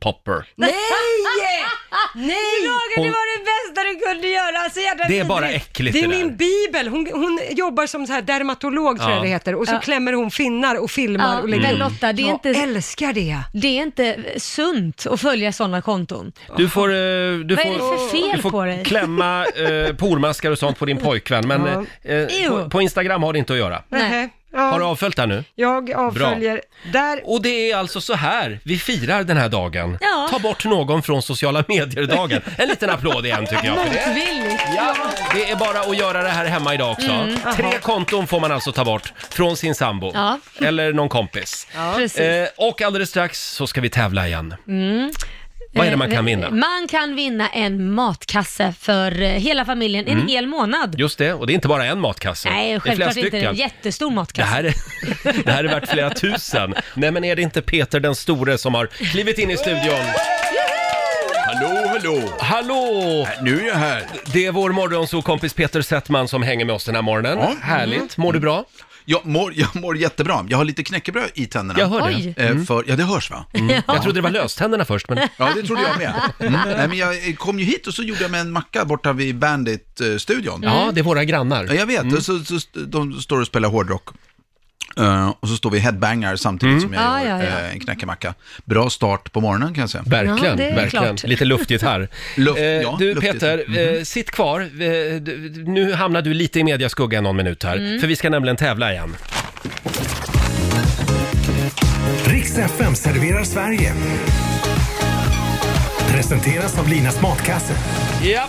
S1: Popper.
S2: Nej! Nej!
S3: Roger,
S1: Hon-
S3: det var det bästa vad du kunde göra. Så jävla
S1: Det är bara
S3: vidrigt.
S1: äckligt
S2: Det
S1: det
S2: är min
S1: där.
S2: bibel. Hon, hon jobbar som så här dermatolog tror
S1: Ja.
S2: jag det heter och så
S3: Ja.
S2: klämmer hon finnar och filmar
S3: Ja,
S2: och lägger
S3: men
S2: ut.
S3: Lotta, det är
S2: jag
S3: inte-
S2: älskar det.
S3: Det är inte sunt att följa sådana konton.
S1: Du får, eh, du
S3: Vad
S1: får,
S3: är det för fel
S1: du får
S3: på dig?
S1: klämma eh, pormaskar och sånt på din pojkvän, men eh, eh,
S3: Ew.
S1: på, på Instagram har det inte att göra.
S3: Nej.
S2: Nähä. Ja,
S1: Har du avföljt här nu?
S2: jag avföljer. Där,
S1: Och det är alltså så här vi firar den här dagen.
S3: Ja.
S1: Ta bort någon från sociala medier-dagen. En liten applåd igen tycker jag. för det.
S3: Motvilligt.
S1: Ja, det är bara att göra det här hemma idag också. Tre konton får man alltså ta bort från sin sambo
S3: Mm. Ja.
S1: eller någon kompis.
S3: Precis.
S1: Eh, och alldeles strax så ska vi tävla igen. Vad är det man kan vinna?
S3: Mm. Eh, Man kan vinna en matkasse för eh, hela familjen en hel månad.
S1: Just det, och det är inte bara en matkasse.
S3: Nej,
S1: Mm. det är flera
S3: självklart inte.
S1: stycken.
S3: En jättestor
S1: Det
S3: matkasse.
S1: här, är, det här är värt flera tusen. Nej men är det inte Peter den store som har klivit in i studion?
S4: Hallå, hallå!
S1: Hallå!
S10: Äh,
S4: Nu är jag här.
S1: Det är vår morgonsokompis Peter Settman som hänger med oss den här morgonen.
S10: Ja. Mm.
S1: Härligt, mår du bra?
S10: Jag mår, jag mår jättebra. Jag har lite knäckebröd i tänderna.
S1: Jag hör
S3: Oj.
S1: det. Mm.
S10: Eh, För, ja, det hörs va?
S1: Jag trodde det var löständerna först men...
S10: Ja, det trodde jag med. Mm. Nej, men jag kom ju hit och så gjorde jag med en macka borta vid Bandit-studion.
S3: Mm.
S1: Ja, det är våra grannar. Mm.
S10: Ja, jag vet. Och Så, så, de står och spelar hårdrock. Eh, och så står vi headbangar samtidigt
S1: Mm.
S10: som jag
S3: Ja,
S10: gör
S3: Ah, ja, ja.
S10: eh, en knäckemacka. Bra start på morgonen kan jag säga.
S1: Verkligen,
S3: Ja, det är
S1: verkligen.
S3: klart.
S1: Lite luftigt här.
S10: Luft-
S1: Eh,
S10: ja,
S1: du
S10: luftigt. Mhm.
S1: Peter, eh, sitt kvar. Eh, du- du- nu hamnar du lite i mediaskugga någon minut här,
S3: Mm.
S1: för vi ska nämligen tävla igen.
S4: Riks FM serverar Sverige. Presenteras av Linas matkasse.
S1: Ja.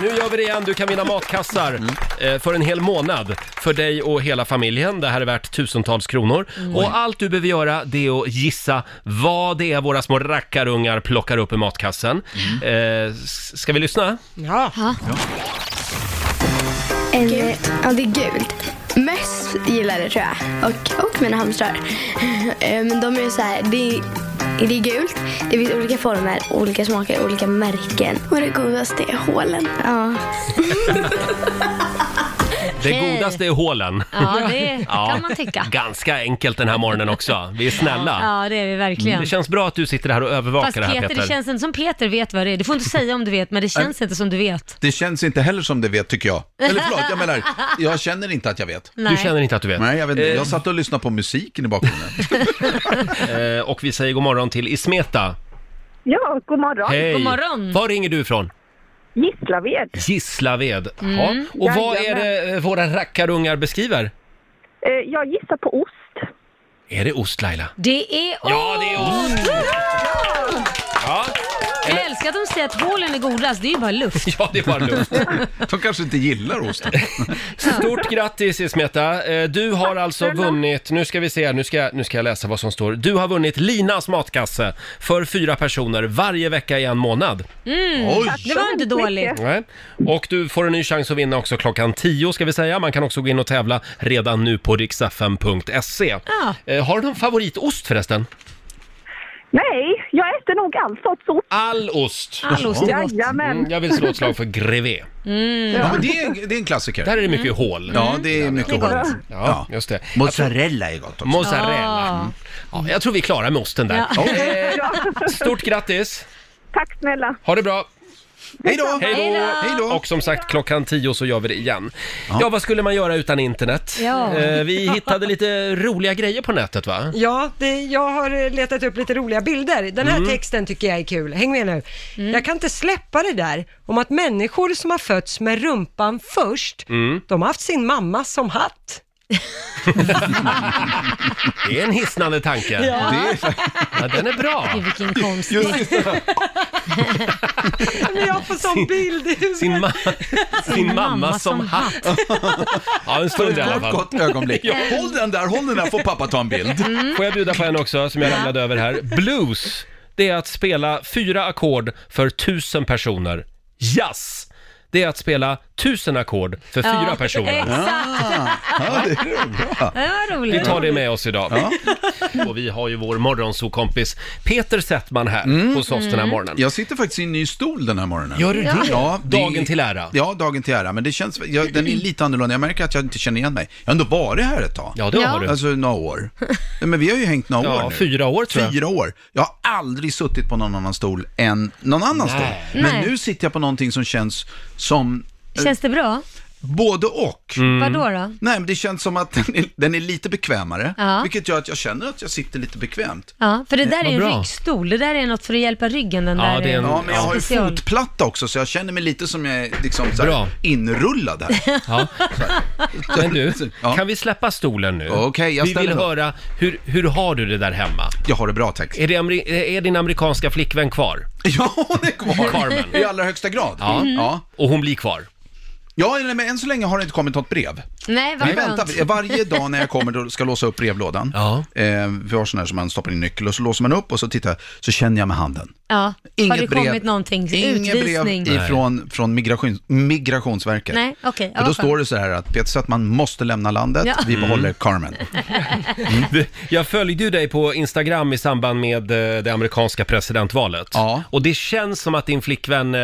S1: Nu gör vi det igen, du kan vinna matkassar
S10: Mm.
S1: eh, för en hel månad för dig och hela familjen. Det här är värt tusentals kronor.
S10: Mm.
S1: Och allt du behöver göra det är att gissa vad det är våra små rackarungar plockar upp i matkassen.
S10: Mm.
S1: Eh, s- ska vi lyssna?
S2: ja.
S11: Gult. Eh, Ja, det är gult. Möss gillar det tror jag. Och, och mina hamstrar. Eh, Men de är ju så här, det är, det är gult. Det finns olika former, olika smaker, olika märken. Och det godaste är hålen. Ja.
S1: Det
S3: Okej.
S1: godaste är hålen.
S3: Ja, det kan man tycka.
S1: Ganska enkelt den här morgonen också. Vi är snälla. Mm,
S3: Ja, det är vi verkligen.
S1: Det känns bra att du sitter här och övervakar
S3: Fast
S1: det här
S3: Peter,
S1: Peter.
S3: det känns inte som Peter vet vad det är. Du får inte säga om du vet, men det känns inte som du vet.
S10: Det känns inte heller som det vet tycker jag. Eller förlåt, jag menar, jag känner inte att jag vet.
S1: Du känner inte att du vet.
S10: Nej, jag vet inte. Eh, Jag satt och lyssnade på musiken i bakgrunden.
S1: Eh, och vi säger god morgon till Ismeta.
S7: Ja, god morgon.
S1: Hej!
S3: god morgon.
S1: Var ringer du ifrån?
S7: Gislaved.
S1: Gislaved. Ja.
S3: Mm.
S1: Och vad är det eh, våra rackarungar beskriver?
S7: Eh, jag gissar på ost.
S1: Är det ost Laila?
S3: Det är Mm.
S1: Ja, det är ost! Ja,
S3: Jag älskar att de säger att hålen är godast, det är ju bara luft.
S1: ja det var luft.
S10: De kanske inte gillar osten.
S1: Stort grattis Ismeta. Eh, Du har alltså vunnit, nu ska vi se, nu ska, nu ska jag läsa vad som står. Du har vunnit Linas matkasse för fyra personer varje vecka i en månad.
S10: Oj!
S3: Mm. Det var inte dåligt.
S1: Nej. Och du får en ny chans att vinna också klockan 10 ska vi säga. Man kan också gå in och tävla redan nu på riksfm.se.
S3: Ja.
S1: Eh, Har du någon favoritost förresten?
S7: Nej, jag äter nog all sorts ost.
S1: All ost!
S3: All ost Mm. är gott.
S7: Jajamän.
S1: Mm, Jag vill slå ett slag för grevé.
S10: Ja, men det är, en- det är en klassiker.
S1: Där är det mycket hål. Mm.
S10: Ja, det är mycket
S3: gott.
S10: hårt.
S1: Ja, just det.
S10: Mozzarella är gott också.
S1: Mozzarella. Mm.
S3: Ah.
S1: Ja, jag tror vi är klara med osten där.
S3: Ja.
S1: Eh, Stort grattis!
S7: Tack snälla.
S1: Ha det bra!
S10: Hej då!
S1: Hej då!
S10: Hej då!
S1: Och som sagt, klockan 10 så gör vi det igen. Ja, vad skulle man göra utan internet?
S3: Ja.
S1: Eh, Vi hittade lite roliga grejer på nätet, va?
S2: Ja, det, jag har eh, letat upp lite roliga bilder. Den här texten tycker jag är kul. Häng med nu. Jag kan inte släppa det där om att människor som har fötts med rumpan först,
S1: Mm.
S2: de har haft sin mamma som hatt.
S1: Det är en hisnande tanke. Ja. den är bra.
S3: Gud, Vilken konstig.
S2: Men jag får sån bild i huvudet.
S1: Sin, ma- sin mamma som hatt. Ja, en stund i alla fall.
S10: Gott ögonblick. Ehm. Håll den där, håll den där, får pappa ta en bild.
S1: Mm. Får jag bjuda på en också som jag ramlade över här? Blues, det är att spela fyra ackord för tusen personer. Jazz, det är att spela tusen ackord för
S3: Ja,
S1: fyra personer.
S3: Exakt.
S10: Ah, Ja, det är bra.
S3: Det var roligt.
S1: Vi tar det med oss idag. Och vi har ju vår morgonsokompis Peter Settman här hos oss den här
S10: Mm.
S1: morgonen.
S10: Jag sitter faktiskt i en ny stol den här morgonen.
S1: Gör du det?
S10: Ja,
S1: Dagen till ära.
S10: Ja, dagen till ära. Men det känns, jag, den är lite annorlunda. Jag märker att jag inte känner igen mig. Jag har ändå varit här ett tag.
S1: Ja, det har Ja. du.
S10: Alltså några år. Nej, Men vi har ju hängt några
S1: Ja,
S10: år nu.
S1: fyra år tror jag.
S10: Fyra år. Jag har aldrig suttit på någon annan stol än någon annan
S3: Nej.
S10: stol. Men
S3: Nej.
S10: nu sitter jag på någonting som känns som... eh,
S3: Känns det bra?
S10: Både och.
S1: Mm.
S3: Vadå då?
S10: Nej, men det känns som att den är, den är lite bekvämare,
S3: Ja.
S10: vilket gör att jag känner att jag sitter lite bekvämt.
S3: Ja, för det där
S10: Vad
S3: är en
S10: bra.
S3: ryggstol. Det där är något för att hjälpa ryggen. Den där eh,
S10: ja, men jag har ju
S3: special.
S10: fotplatta också, så jag känner mig lite som jag är liksom så här
S1: Bra.
S10: inrullad här.
S1: Ja. Men du, kan vi släppa stolen nu?
S10: Okej, jag
S1: vi vill
S10: ställer mig upp.
S1: höra, hur, hur har du det där hemma?
S10: Jag har det bra, tack.
S1: Är, det ameri- är din amerikanska flickvän kvar?
S10: Ja, hon är kvar.
S1: Carmen.
S10: I allra högsta grad.
S1: Ja.
S10: Mm. Ja.
S1: Och hon blir kvar?
S10: Ja, nej, men än så länge har det inte kommit något brev.
S3: Nej, vad
S10: Vi
S3: skönt.
S10: väntar. Varje dag när jag kommer då ska jag låsa upp brevlådan. Eh, vi har sån här som man stoppar in nyckel och så låser man upp och så tittar jag, så känner jag med handen.
S3: Ja. har
S10: Inget
S3: det
S10: brev.
S3: kommit någonting?
S10: Inga brev
S3: Utvisning?
S10: ifrån, från migration, Migrationsverket.
S3: Nej, okej.
S10: Och då står det så här att Peter att man måste lämna landet,
S3: Ja.
S10: vi behåller
S1: Mm.
S10: Carmen.
S1: Du, Jag följde ju dig på Instagram i samband med eh, det amerikanska presidentvalet. Ja. Och det känns som att din flickvän, eh,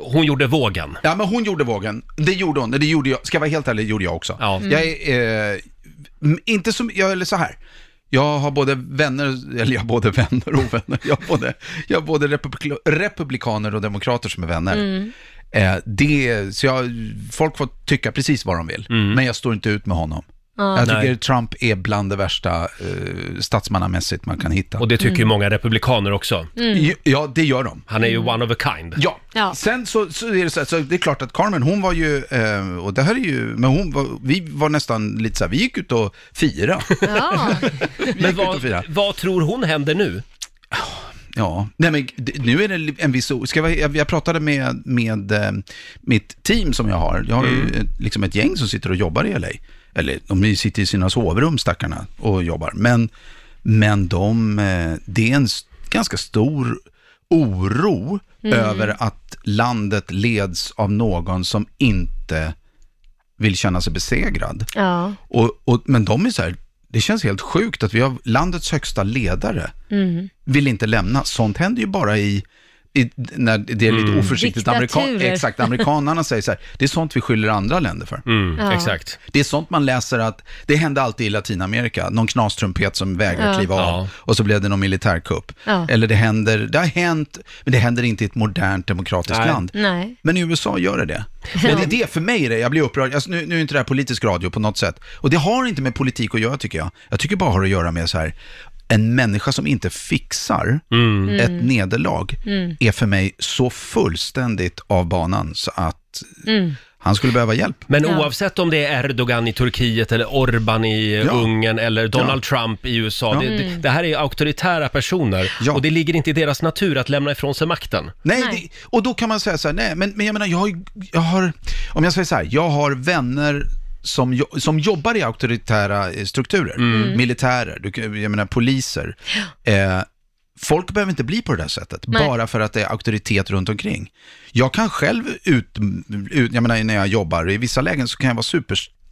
S1: hon gjorde vågen.
S10: Ja, men hon gjorde vågen. Det gjorde hon. Det gjorde jag. Ska jag vara helt ärlig, det gjorde jag också.
S1: Mm.
S10: Jag är, eh, m- inte som, jag, eller så här. Jag har både vänner, eller jag har både vänner och ovänner. Jag har både, jag har både republik, republikaner och demokrater som är vänner.
S5: Mm.
S10: Eh, det, så jag, folk får tycka precis vad de vill,
S1: Mm.
S10: men jag står inte ut med honom.
S5: Ja.
S10: Jag tycker
S5: Nej.
S10: Trump är bland det värsta eh, statsmannamässigt man kan hitta.
S1: Och det tycker ju Mm. många republikaner också.
S5: Mm.
S10: Ja, det gör de.
S1: Han är ju one of a kind.
S10: Ja,
S5: Ja.
S10: sen så, så är det så, här, så det är klart att Carmen, hon var ju, eh, och det här är ju, men hon var, vi var nästan lite så här, vi gick ut och fira.
S1: Men vad, vad tror hon händer nu?
S10: Ja, nej men d- nu är det en viss, o- ska jag, vara- jag, jag pratade med, med eh, mitt team som jag har, jag har ju
S1: Mm.
S10: ett- liksom ett gäng som sitter och jobbar i LA. Eller de sitter i sina sovrum stackarna och jobbar, men, men de, eh, det är en s- ganska stor oro
S5: Mm.
S10: över att landet leds av någon som inte vill känna sig besegrad.
S3: Ja.
S10: Och, och, men de är så här, det känns helt sjukt att vi har landets högsta ledare
S3: Mm.
S10: vill inte lämna. Sånt händer ju bara i, i när det är lite
S5: Mm.
S10: oförsiktigt. Amerika,
S5: Diktaturer.
S10: exakt, amerikanerna säger så här, det är sånt vi skyller andra länder för.
S5: Ja. Mm, exakt.
S10: Det är sånt man läser att, det hände alltid i Latinamerika, någon knastrumpet som vägrar
S5: Ja.
S10: kliva av
S5: Ja.
S10: och så blev det någon militärkupp.
S5: Ja.
S10: Eller det händer, det har hänt, men det händer inte i ett modernt demokratiskt
S5: Nej.
S10: land.
S3: Nej.
S10: Men i USA gör det det. Men det är det för mig, är det, jag blir upprörd. Alltså, nu, nu är inte det här politisk radio på något sätt. Och det har inte med politik att göra tycker jag. Jag tycker bara har att göra med så här, en människa som inte fixar ett
S5: Mm.
S10: nederlag
S5: Mm.
S10: är för mig så fullständigt av banan så att
S3: Mm.
S10: han skulle behöva hjälp.
S1: Men
S10: Ja.
S1: oavsett om det är Erdogan i Turkiet eller Orban i
S10: Ja.
S1: Ungern eller Donald Trump i USA.
S10: Ja.
S1: Det, det,
S10: Mm.
S1: det här är ju auktoritära personer och det ligger inte i deras natur att lämna ifrån sig makten.
S10: Nej, Det, och då kan man säga så här, nej, men, men jag menar, jag har, ju- jag har, om jag säger så här, jag har vänner som, jo, som jobbar i auktoritära eh, strukturer,
S5: Mm.
S10: militärer, du, kan- jag menar poliser. Eh, folk behöver inte bli på det där sättet,
S5: Nej.
S10: bara för att det är auktoritet runt omkring. Jag kan själv ut, ut jag menar när jag jobbar, i vissa lägen så kan jag vara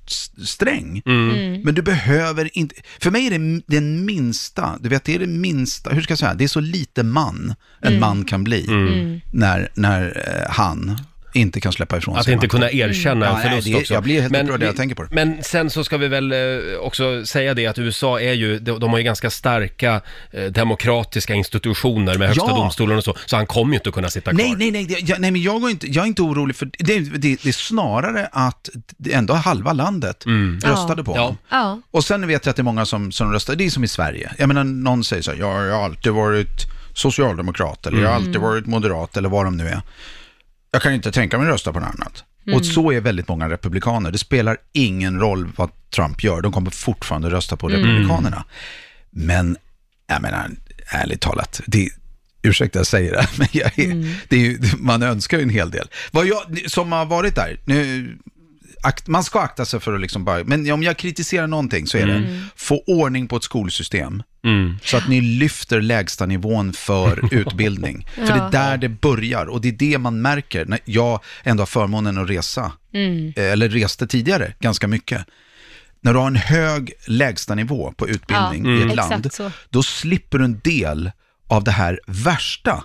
S10: supersträng,
S5: Mm.
S10: men du behöver inte, för mig är det den minsta, du vet det är det minsta, hur ska jag säga, det är så lite man en
S5: Mm.
S10: man kan bli
S5: Mm.
S10: när, när eh, han inte kan släppa ifrån sig
S1: Att inte
S10: makten. Mm.
S1: kunna erkänna
S10: Ja,
S1: en
S10: nej,
S1: förlust
S10: det, är-
S1: också.
S10: Jag blir helt upprörd när jag
S1: vi-
S10: tänker på det.
S1: Men sen så ska vi väl eh, också säga det att USA är ju, de, de har ju ganska starka eh, demokratiska institutioner med högsta
S10: Ja.
S1: domstolen och så, så han kommer ju inte att kunna sitta kvar.
S10: Nej, nej, nej, det- jag, nej men jag, går inte, jag är inte orolig för det. Det, det är snarare att det ändå halva landet
S1: Mm.
S10: röstade på
S5: Ja.
S10: honom.
S3: Ja.
S10: Och sen vet jag att det är många som, som röstar, det är som i Sverige. Jag menar, någon säger så här, jag har alltid varit socialdemokrat eller jag har
S5: Mm.
S10: alltid varit moderat eller vad de nu är. Jag kan inte tänka mig att rösta på något annat.
S5: Mm.
S10: Och så är väldigt många republikaner. Det spelar ingen roll vad Trump gör, de kommer fortfarande rösta på
S5: Mm.
S10: republikanerna. Men, jag menar, ärligt talat, det, ursäkta jag säger det, men
S12: Mm.
S10: jag är, det är ju, man önskar ju en hel del. Vad jag, som har varit där, nu, akt, man ska akta sig för att liksom bara, men om jag kritiserar någonting så är det,
S12: Mm.
S10: få ordning på ett skolsystem.
S1: Mm.
S10: Så att ni lyfter lägsta nivån för utbildning. För det
S12: Ja.
S10: är där det börjar och det är det man märker när jag ändå har förmånen att resa
S12: Mm.
S10: Eh, eller reste tidigare ganska mycket. När du har en hög lägstanivå på utbildning
S12: Ja,
S10: i ett
S12: mm.
S10: land,
S12: exakt så.
S10: då slipper du en del av det här värsta.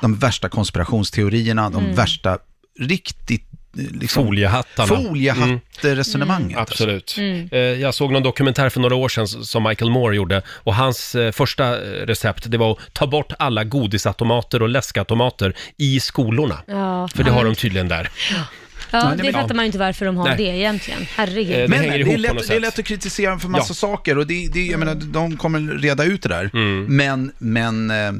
S10: De värsta konspirationsteorierna, de
S12: Mm.
S10: värsta riktigt... eh, Liksom,
S1: Foliehattarna. Mm.
S10: Foliehatt-resonemanget.
S1: Absolut.
S12: Mm.
S1: Eh, Jag såg någon dokumentär för några år sedan s- som Michael Moore gjorde och hans eh, första eh, recept det var att ta bort alla godisautomater och läskautomater i skolorna.
S3: Ja.
S1: För det har de tydligen där.
S3: Ja,
S1: Men det-
S3: det fattar man ju inte varför de har
S1: Nej.
S3: det egentligen. Herregud.
S1: Eh, det hänger
S10: det,
S1: ihop
S10: är
S1: på något
S10: lätt, det är
S1: sätt.
S10: lätt att kritisera för massa
S1: Ja.
S10: saker och det, det, jag menar, de kommer reda ut det där.
S1: Mm.
S10: Men, men... eh,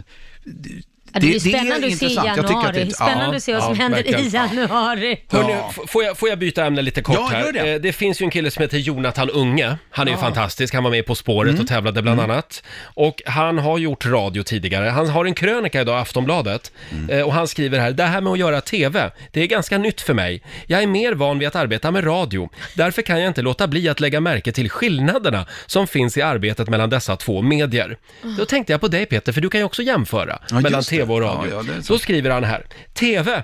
S3: Ja, det, blir spännande att se i
S10: Jag tycker att det-
S3: januari. Spännande
S1: ja,
S3: att se vad som
S1: ja,
S3: händer i
S1: verkligen.
S3: januari.
S1: Hörrni, f- får, jag, får jag byta ämne lite kort
S10: Ja,
S1: här?
S10: gör det.
S1: Eh, det finns ju en kille som heter Jonathan Unge. Han är ju
S10: Ja. Mm.
S1: fantastisk. Han var med På spåret och tävlade bland annat. Och han har gjort radio tidigare. Han har en krönika idag i Aftonbladet.
S10: Mm.
S1: Eh, och han skriver här, det här med att göra TV, det är ganska nytt för mig. Jag är mer van vid att arbeta med radio. Därför kan jag inte låta bli att lägga märke till skillnaderna som finns i arbetet mellan dessa två medier. Då tänkte jag på dig Peter, för du kan ju också jämföra mellan
S10: just det.
S1: TV och
S10: Ah. Ja,
S1: radio.
S10: ja, det är
S1: Då skriver han här, TV,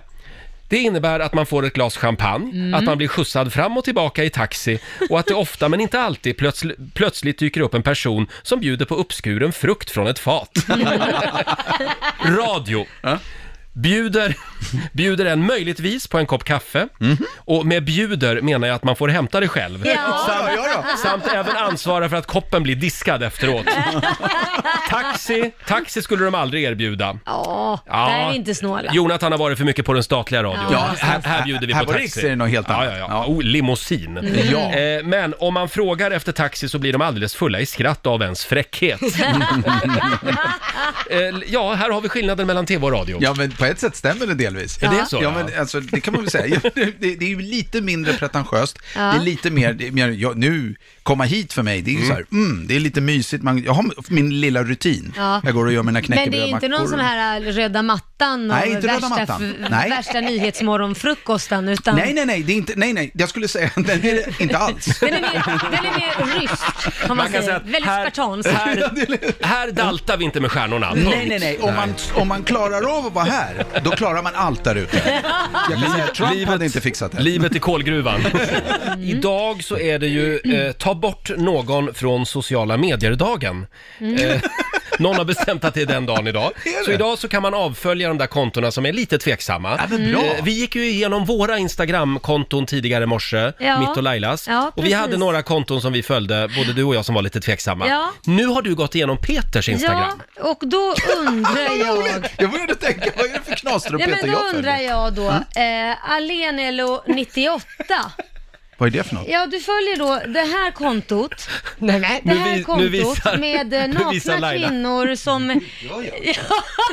S1: det innebär att man får ett glas champagne,
S12: Mm.
S1: att man blir skjutsad fram och tillbaka i taxi och att det ofta men inte alltid plötsl plötsligt dyker upp en person som bjuder på uppskuren frukt från ett fat. Radio. Bjuder, bjuder en möjligtvis på en kopp kaffe och med bjuder menar jag att man får hämta det själv.
S12: Ja.
S1: Samt,
S12: Ja, ja, ja.
S1: samt även ansvara för att koppen blir diskad efteråt. taxi, taxi skulle de aldrig erbjuda.
S3: Ja,
S1: Ja.
S3: där är vi inte snåla.
S1: Jonathan har varit för mycket på den statliga radion.
S3: Ja,
S1: här, här bjuder vi
S10: Här
S1: på
S10: på Riks
S1: taxi.
S10: är det något helt
S1: Ja, ja, ja. Oh, limousin.
S10: Ja.
S1: Eh, Men om man frågar efter taxi så blir de alldeles fulla i skratt av ens fräckhet. Eh, ja, här har vi skillnaden mellan tv och radio.
S10: Ja, men på ett sätt stämmer det delvis.
S1: Är det så?
S10: Ja, men alltså, det kan man väl säga. Ja, Det, det är ju lite mindre pretentiöst.
S1: Ja.
S10: Det är lite mer, det är mer ja, nu, komma hit för mig, det är ju så här, mm, det är lite mysigt. Man, jag har min lilla rutin.
S3: Ja.
S10: Jag går och gör mina
S3: Men
S10: knäckebröd.
S3: det är inte någon
S10: mackor.
S3: sån här äh, röda mattan och
S10: Nej, inte röda
S3: värsta,
S10: mattan.
S3: f-
S10: Nej.
S3: värsta nyhetsmorgonfrukosten utan
S10: Nej, nej, nej, det är inte, nej, nej, jag skulle säga, den är det inte alls.
S3: Den, är mer, den är mer rysk, om man,
S1: Man kan
S3: säger.
S1: säga att
S3: Väldigt
S1: här-
S3: spartansk.
S1: Här, här daltar vi inte med stjärnorna.
S10: Nej,
S1: Punkt.
S10: nej, nej. Om man, om man klarar av att vara här, då klarar man allt där ute. Jag kan säga, att Trump hade inte fixat det.
S1: Livet i kolgruvan. Idag så är det ju eh, ta bort någon från sociala medier-dagen.
S12: Mm.
S1: Eh, någon har bestämt att det är den dagen idag. Så idag så kan man avfölja de där kontona som är lite tveksamma. Eh,
S12: men bra.
S1: vi gick ju igenom våra Instagram-konton tidigare i morse,
S12: Ja.
S1: mitt och Lailas.
S12: Ja,
S1: och vi
S12: precis.
S1: hade några konton som vi följde, både du och jag som var lite tveksamma.
S3: Ja.
S1: Nu har du gått igenom Peters Instagram.
S3: Ja, och då undrar jag...
S10: Jag började tänka, vad är det för Mm.
S3: Ja,
S10: knastrumpet
S3: men då
S10: jag
S3: undrar
S10: följer?
S3: jag då, eh, Alenelo 98.
S10: Vad är det för något?
S3: Ja, du följer då det här kontot.
S2: Nej,
S3: Det
S10: Nu
S3: här
S10: vi- nu
S3: kontot
S10: visar-
S3: med eh,
S10: nu visar
S3: nakna
S10: Laila.
S3: kvinnor som...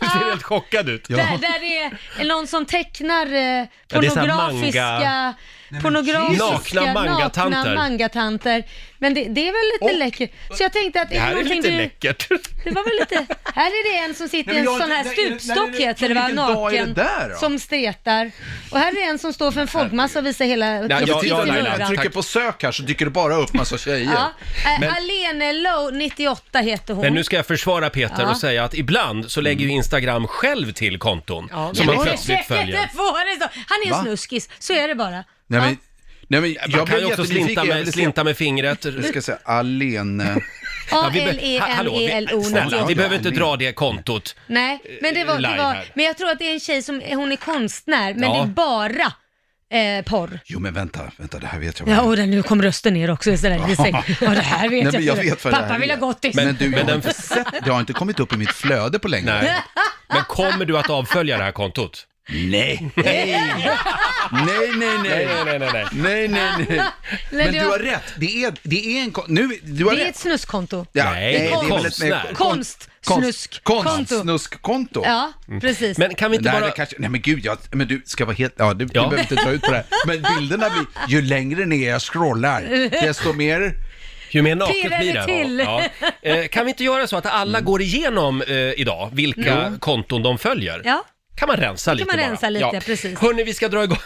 S1: Du ser helt chockad ut.
S3: Där, där det är någon som tecknar eh,
S1: Ja, det är så här
S3: pornografiska,
S1: manga-
S3: pornografiska
S1: Nakna mangatanter.
S3: nakna mangatanter. Men det, det är väl lite läckert. Så jag tänkte att
S1: Det här är
S3: någonting
S1: lite
S3: du-
S1: läckert.
S3: Det var väl lite... Här är det en som sitter i
S1: Nej,
S3: en
S1: men jag-
S3: sån här
S1: nej, nej, nej,
S3: stupstock
S1: nej, nej,
S3: heter det va,
S1: vilken dag är det
S3: naken,
S1: där då?
S3: som stretar. Och här är det en som står för en folkmassa och visar hela
S10: Nej, jag,
S3: kroppen
S10: jag,
S3: till
S10: Laila,
S3: röran.
S10: trycker på sök här så dyker det bara upp massa tjejer.
S3: Ja. Eh,
S1: Men-
S3: Alene Low 98 heter hon.
S1: Men nu ska jag försvara Peter
S3: Ja.
S1: och säga att ibland så lägger ju Instagram själv till konton
S3: Ja,
S1: som
S3: men
S1: man
S3: det-
S1: plötsligt följer.
S3: det får det så. Han är
S1: Va?
S3: en snuskis, så är det bara.
S10: Nej, men, nej, men
S1: Man
S10: jag
S1: kan
S10: blev
S1: ju också
S10: jättenyfiken.
S1: slinta
S10: Jag
S1: med,
S10: ville se-
S1: slinta med fingret.
S10: Jag ska säga Alene...
S1: Ja,
S3: E
S1: vi be- ha- hallå, vi-
S3: A-L-E-N-E-L-O
S1: Snälla, vi behöver inte dra det kontot.
S3: Nej, men det var, det
S1: Live
S3: var
S1: här.
S3: men jag tror att det är en tjej som, hon är konstnär, men
S10: Ja.
S3: det är bara eh, porr.
S10: Jo, men vänta, vänta, det här vet jag.
S3: Ja, och den, nu kom rösten ner också. Så där, ja. ja, det här vet
S10: Nej, men jag
S3: inte.
S10: vet vad det
S3: Pappa
S10: här
S3: vill
S10: är.
S3: ha gottis.
S10: Men du, jag har inte sett, det har inte kommit upp i mitt flöde på länge.
S1: Nej. Men kommer du att avfölja det här kontot?
S10: Nej. Nej, nej, nej.
S1: Nej, nej, nej, nej.
S10: Nej, nej, nej.
S3: Men
S10: Men
S3: du
S10: du
S3: har-
S10: har rätt. Det är, det är en... kon- Nu, du har
S3: det är
S10: rätt.
S3: ett snuskkonto.
S10: Ja,
S1: Nej,
S10: det är väl ett-
S1: konstnär.
S10: kon-
S3: Konst,
S10: konst-
S3: snusk,
S10: konst-
S3: konto.
S10: snuskkonto.
S3: Ja, precis.
S1: Men kan vi inte
S10: Nej,
S1: bara...
S10: det kanske, nej men gud, jag, men du ska vara helt, ja, du, du behöver inte dra ut på det här. Men bilderna blir, ju längre ner jag scrollar, desto mer...
S1: Ju mer
S3: Pirrar
S1: naket blir
S3: det
S1: det.
S3: till.
S1: Eh, Kan vi inte göra så att alla går igenom eh, idag vilka
S3: Mm.
S1: konton de följer?
S3: Ja,
S1: Kan man rensa
S3: då kan man
S1: lite bara?
S3: rensa lite, precis.
S1: Hörni, vi ska dra igång...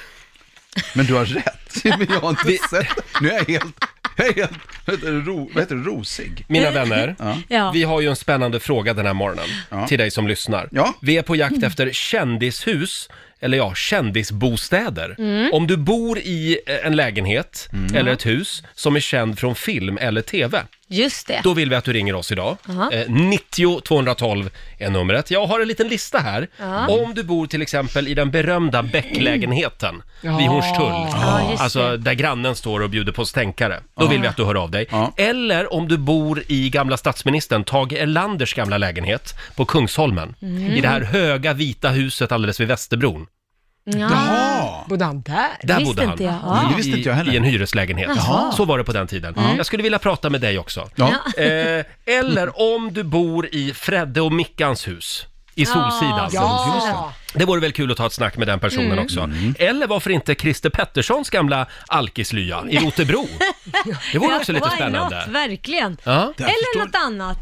S10: Men du har rätt. Men jag har inte sett. Nu är jag helt, jag är helt vad heter det, ro, vad heter det, rosig.
S1: Mina vänner,
S3: Ja.
S1: vi har ju en spännande fråga den här morgonen till dig som lyssnar. Vi är på jakt efter kändishus, eller ja, kändisbostäder.
S5: Mm.
S1: Om du bor i eh, en lägenhet eller ett hus som är känd från film eller TV.
S3: Just det.
S1: Då vill vi att du ringer oss idag.
S3: Aha.
S1: Eh, 90 212 är numret. Jag har en liten lista här.
S3: Ja.
S1: Om du bor till exempel i den berömda Bäcklägenheten
S5: Ja.
S1: vid Hornstull.
S5: Ja, just
S1: alltså
S5: det.
S1: där grannen står och bjuder på stänkare. Då
S5: Ja.
S1: vill vi att du hör av dig. Eller om du bor i gamla statsministern Tage Erlanders gamla lägenhet på Kungsholmen.
S2: Mm.
S1: I det här höga vita huset alldeles vid Västerbron.
S2: Jaha! Bodde han där?
S1: Där bodde han. I- I en hyreslägenhet.
S2: Jaha.
S1: Så var det på den tiden. Jag skulle vilja prata med dig också.
S5: Mm. Ja.
S1: Eh, eller om du bor i Fredde och Mickans hus. I
S5: Ja,
S1: Solsidan.
S5: Ah, ja. Just
S1: Det vore väl kul att ta ett snack med den personen
S5: Mm.
S1: också. Eller varför inte Christer Petterssons gamla alkislya i Rotebro? Det vore också lite
S3: Why
S1: spännande.
S3: Not, verkligen.
S1: Ja. Där
S3: Eller något